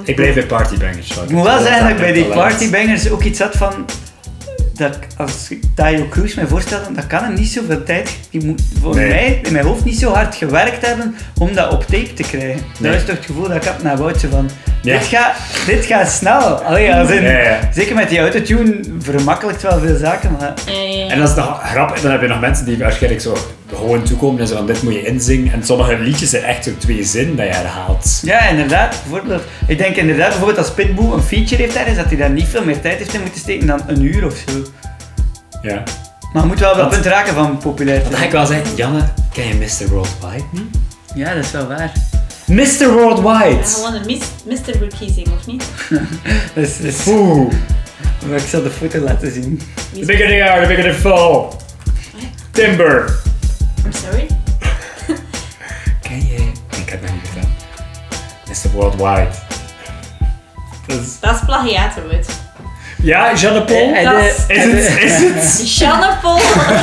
[SPEAKER 2] Ik blijf bij partybangers.
[SPEAKER 4] Ik moet wel zeggen dat ik bij die partybangers ook iets had van... Dat ik, als ik Tayo Cruz mij voorstelde, dat kan hem niet zoveel tijd... Die moet voor
[SPEAKER 2] Nee.
[SPEAKER 4] mij, in mijn hoofd, niet zo hard gewerkt hebben om dat op tape te krijgen.
[SPEAKER 2] Nee.
[SPEAKER 4] Dat is toch het gevoel dat ik had naar Woutje van...
[SPEAKER 2] Ja.
[SPEAKER 4] Dit, gaat, dit gaat snel. Allee, als in,
[SPEAKER 2] Ja, ja.
[SPEAKER 4] Zeker met die autotune vermakkelijkt wel veel zaken, maar...
[SPEAKER 1] Ja, ja, ja.
[SPEAKER 2] En dat is nog grappig, dan heb je nog mensen die waarschijnlijk zo gewoon toekomen en zo van dit moet je inzingen. En sommige liedjes zijn echt zo twee zinnen dat je herhaalt.
[SPEAKER 4] Ja, inderdaad. Bijvoorbeeld, ik denk inderdaad, bijvoorbeeld als Pitbull een feature heeft ergens, dat hij daar niet veel meer tijd heeft in moeten steken dan een uur of zo.
[SPEAKER 2] Ja.
[SPEAKER 4] Maar je moet wel op dat
[SPEAKER 2] Want-
[SPEAKER 4] punt raken van populair te
[SPEAKER 2] Dan ga ik wel zeggen, Janne, ken je Mr. Worldwide niet?
[SPEAKER 4] zijn. Ja, dat is wel waar.
[SPEAKER 2] Mr. Worldwide!
[SPEAKER 1] Gewoon een mis- Mr. Bookkeeping, of niet?
[SPEAKER 4] Dus, dus,
[SPEAKER 2] Oeh,
[SPEAKER 4] maar ik zal de foto laten zien.
[SPEAKER 2] the bigger they are, the bigger they fall. Timber.
[SPEAKER 1] I'm sorry.
[SPEAKER 2] Ken je? Ik heb het nog niet gedaan. Mr. Worldwide. Dat is-
[SPEAKER 1] Dat is plagiaat, Ruud.
[SPEAKER 2] Ja, Janne Paul?
[SPEAKER 4] En de-
[SPEAKER 2] Is het? Is het?
[SPEAKER 1] Shanna Paul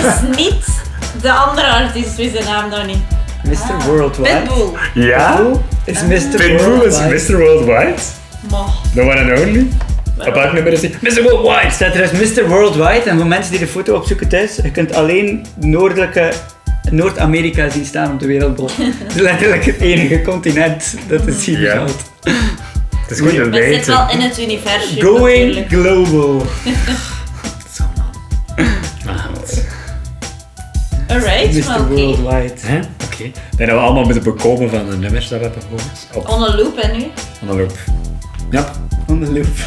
[SPEAKER 1] is niet de andere artiest wie zijn naam nog niet.
[SPEAKER 4] Mr. Worldwide.
[SPEAKER 1] Pitbull.
[SPEAKER 2] Ja?
[SPEAKER 4] Is Mr.
[SPEAKER 2] Pitbull is
[SPEAKER 4] Worldwide.
[SPEAKER 2] Mr. Worldwide? The one and only. Op welk nummer is die? Mr. Worldwide!
[SPEAKER 4] staat er dus Mr. Worldwide. En voor mensen die de foto opzoeken thuis, je kunt alleen noordelijke Noord-Amerika zien staan op de wereldbol. Het is letterlijk het enige continent dat te zien
[SPEAKER 2] Ja.
[SPEAKER 4] valt.
[SPEAKER 2] Het is goed te
[SPEAKER 1] Het zit
[SPEAKER 2] weten.
[SPEAKER 1] wel in het universum.
[SPEAKER 4] Going
[SPEAKER 1] natuurlijk.
[SPEAKER 4] global.
[SPEAKER 2] Zo, man. Maar goed.
[SPEAKER 1] Alright, maar
[SPEAKER 4] Mr.
[SPEAKER 1] oké.
[SPEAKER 4] Worldwide.
[SPEAKER 2] Hè? Oké. Ik denk dat we allemaal moeten bekomen van de nummers die we hebben gehoord. Op
[SPEAKER 1] On a loop en nu.
[SPEAKER 2] envelop. Ja.
[SPEAKER 4] On the loop.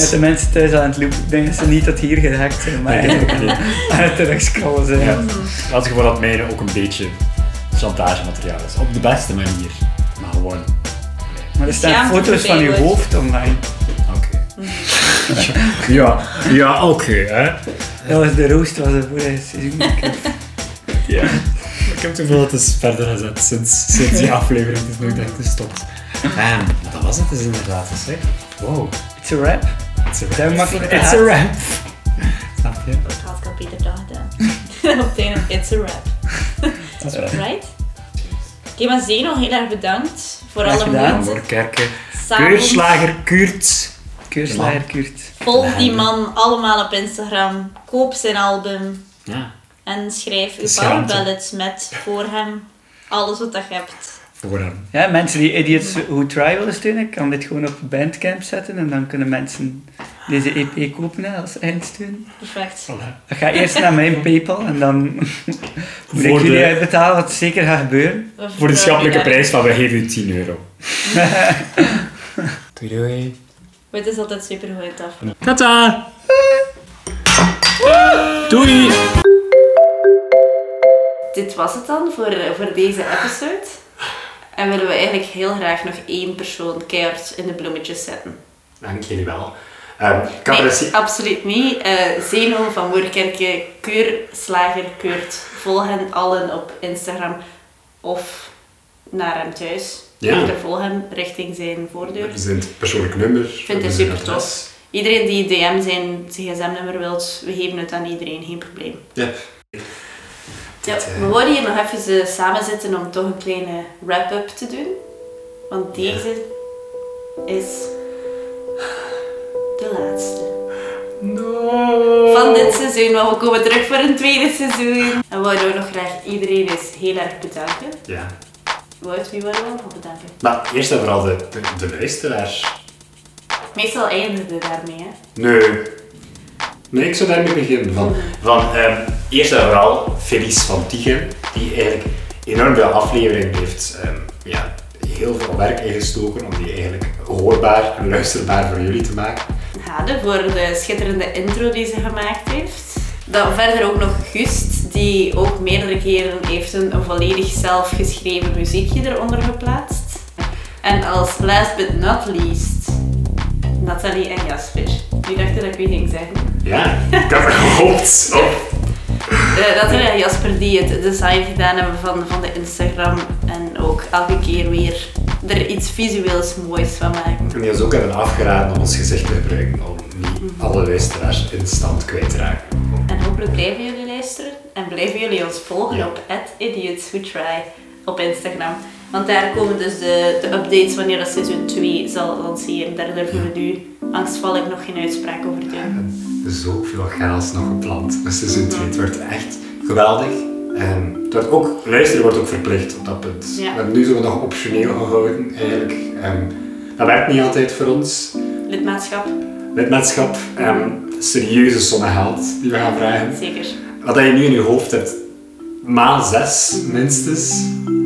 [SPEAKER 4] Ja, de mensen thuis al aan het loop. Ik denk dat ze niet dat hier gehackt zijn, maar eigenlijk aan het terugscrollen zijn.
[SPEAKER 2] Ja. Laat ik gewoon dat mijne ook een beetje chantagemateriaal is. Op de beste manier. Maar gewoon.
[SPEAKER 4] Maar er staan
[SPEAKER 1] Schaamte
[SPEAKER 4] foto's van je
[SPEAKER 1] vervelend.
[SPEAKER 4] hoofd online.
[SPEAKER 2] Oké. ja, ja oké. hè.
[SPEAKER 4] Dat was de roost was het voor het seizoen.
[SPEAKER 2] Ja. Ik heb het gevoel dat het is verder gezet sinds, sinds die aflevering. Het is nooit echt gestopt. Ehm, maar dat was het dus inderdaad. Dus, hè. Wow.
[SPEAKER 4] It's a rap.
[SPEAKER 2] It's a
[SPEAKER 4] Zijn we
[SPEAKER 2] wrap.
[SPEAKER 4] makkelijk
[SPEAKER 2] It's a
[SPEAKER 4] geraakt?
[SPEAKER 2] wrap. Snap je?
[SPEAKER 1] Dat had ik al Pieter dag gedaan. Op het einde, it's a wrap.
[SPEAKER 2] Dat is wel.
[SPEAKER 1] Right? Oké, maar Zeno, heel erg bedankt voor
[SPEAKER 4] Graag
[SPEAKER 1] alle
[SPEAKER 4] gedaan.
[SPEAKER 1] moeite.
[SPEAKER 2] Moorkerken.
[SPEAKER 1] S'avonds,
[SPEAKER 2] Keurslager Kuurt.
[SPEAKER 4] Keurslager Kurt.
[SPEAKER 1] volg die man allemaal op Instagram. Koop zijn album.
[SPEAKER 2] Ja.
[SPEAKER 1] En schrijf uw power
[SPEAKER 2] Schaamte.
[SPEAKER 1] ballads met voor hem. Alles wat dat je hebt.
[SPEAKER 2] Voor hem.
[SPEAKER 4] Ja, mensen die Idiots Who Try willen steunen, ik kan dit gewoon op Bandcamp zetten en dan kunnen mensen deze EP kopen hè, als eindsteun.
[SPEAKER 1] Perfect.
[SPEAKER 4] Ik ga eerst naar mijn Paypal en dan moet ik
[SPEAKER 2] Voor de-
[SPEAKER 4] jullie uitbetalen wat zeker gaat gebeuren.
[SPEAKER 1] We
[SPEAKER 2] Voor de
[SPEAKER 1] vertrouwen
[SPEAKER 2] schappelijke
[SPEAKER 1] je daar.
[SPEAKER 2] prijs van we geven u 10 euro. doei doei.
[SPEAKER 1] Maar Het is altijd super goed af.
[SPEAKER 2] Tata! Doei!
[SPEAKER 1] Dit was het dan voor, eh, voor deze episode. En willen we eigenlijk heel graag nog één persoon keihard in de bloemetjes zetten.
[SPEAKER 2] Dank jullie wel. Ehm, ik had er eens-
[SPEAKER 1] Nee, absoluut niet. Eh, Zeno van Moerkerke, Keurslager Keurt. Volg hen allen op Instagram of naar hem thuis.
[SPEAKER 2] Ja.
[SPEAKER 1] Ja. Volg hem richting zijn voordeur.
[SPEAKER 2] We zijn het persoonlijk nummer. Ik
[SPEAKER 1] vind het super tof. Iedereen die DM zijn gsm-nummer wilt, we geven het aan iedereen, geen probleem.
[SPEAKER 2] Ja.
[SPEAKER 1] Ja, we worden hier nog even eh, samen zitten om toch een kleine wrap-up te doen. Want deze is de laatste van dit seizoen. Maar we komen terug voor een tweede seizoen. En we wouden nog graag iedereen eens heel erg bedanken.
[SPEAKER 2] Ja.
[SPEAKER 1] Wout, wie wouden we allemaal bedanken?
[SPEAKER 2] Maar eerst en vooral de, de, de luisteraars.
[SPEAKER 1] Meestal eindigen we daarmee, hè.
[SPEAKER 2] Nee. Nee, ik zou daarmee beginnen. Van,
[SPEAKER 1] Mm.
[SPEAKER 2] van, ehm, eerst en vooral Felice van Tiegen, die eigenlijk enorm veel afleveringen heeft. ehm, ja, heel veel werk ingestoken om die eigenlijk hoorbaar en luisterbaar voor jullie te maken.
[SPEAKER 1] Hade voor de schitterende intro die ze gemaakt heeft. Dan verder ook nog Gust, die ook meerdere keren heeft een volledig zelfgeschreven muziekje eronder geplaatst. En als last but not least, Nathalie en Jasper. Die dachten dat ik u ging zeggen.
[SPEAKER 2] Ja, ik had er gehoopt op.
[SPEAKER 1] Eh, Nathalie en Jasper die het design gedaan hebben van, van de Instagram. En ook elke keer weer er iets visueels moois van maken.
[SPEAKER 2] En die ons ook hebben afgeraden om ons gezicht te gebruiken om niet alle luisteraars instant kwijt te raken.
[SPEAKER 1] En hopelijk blijven jullie luisteren en blijven jullie ons volgen
[SPEAKER 2] Ja.
[SPEAKER 1] op @idiotswhotry op Instagram. Want daar komen dus de, de updates wanneer dat seizoen 2 zal lanceren. Daar durven we nu angstvallig nog geen uitspraak over doen.
[SPEAKER 2] Er is zoveel chaos nog gepland Dus met seizoen 2. Het wordt echt geweldig. En het wordt ook, luisteren wordt ook verplicht op dat punt.
[SPEAKER 1] Ja.
[SPEAKER 2] We hebben nu zo wat nog optioneel gehouden eigenlijk. En dat werkt niet altijd voor ons.
[SPEAKER 1] Lidmaatschap,
[SPEAKER 2] Lidmaatschap, en serieuze sommen geld die we gaan vragen.
[SPEAKER 1] zeker.
[SPEAKER 2] Wat dat je nu in je hoofd hebt, maal zes minstens.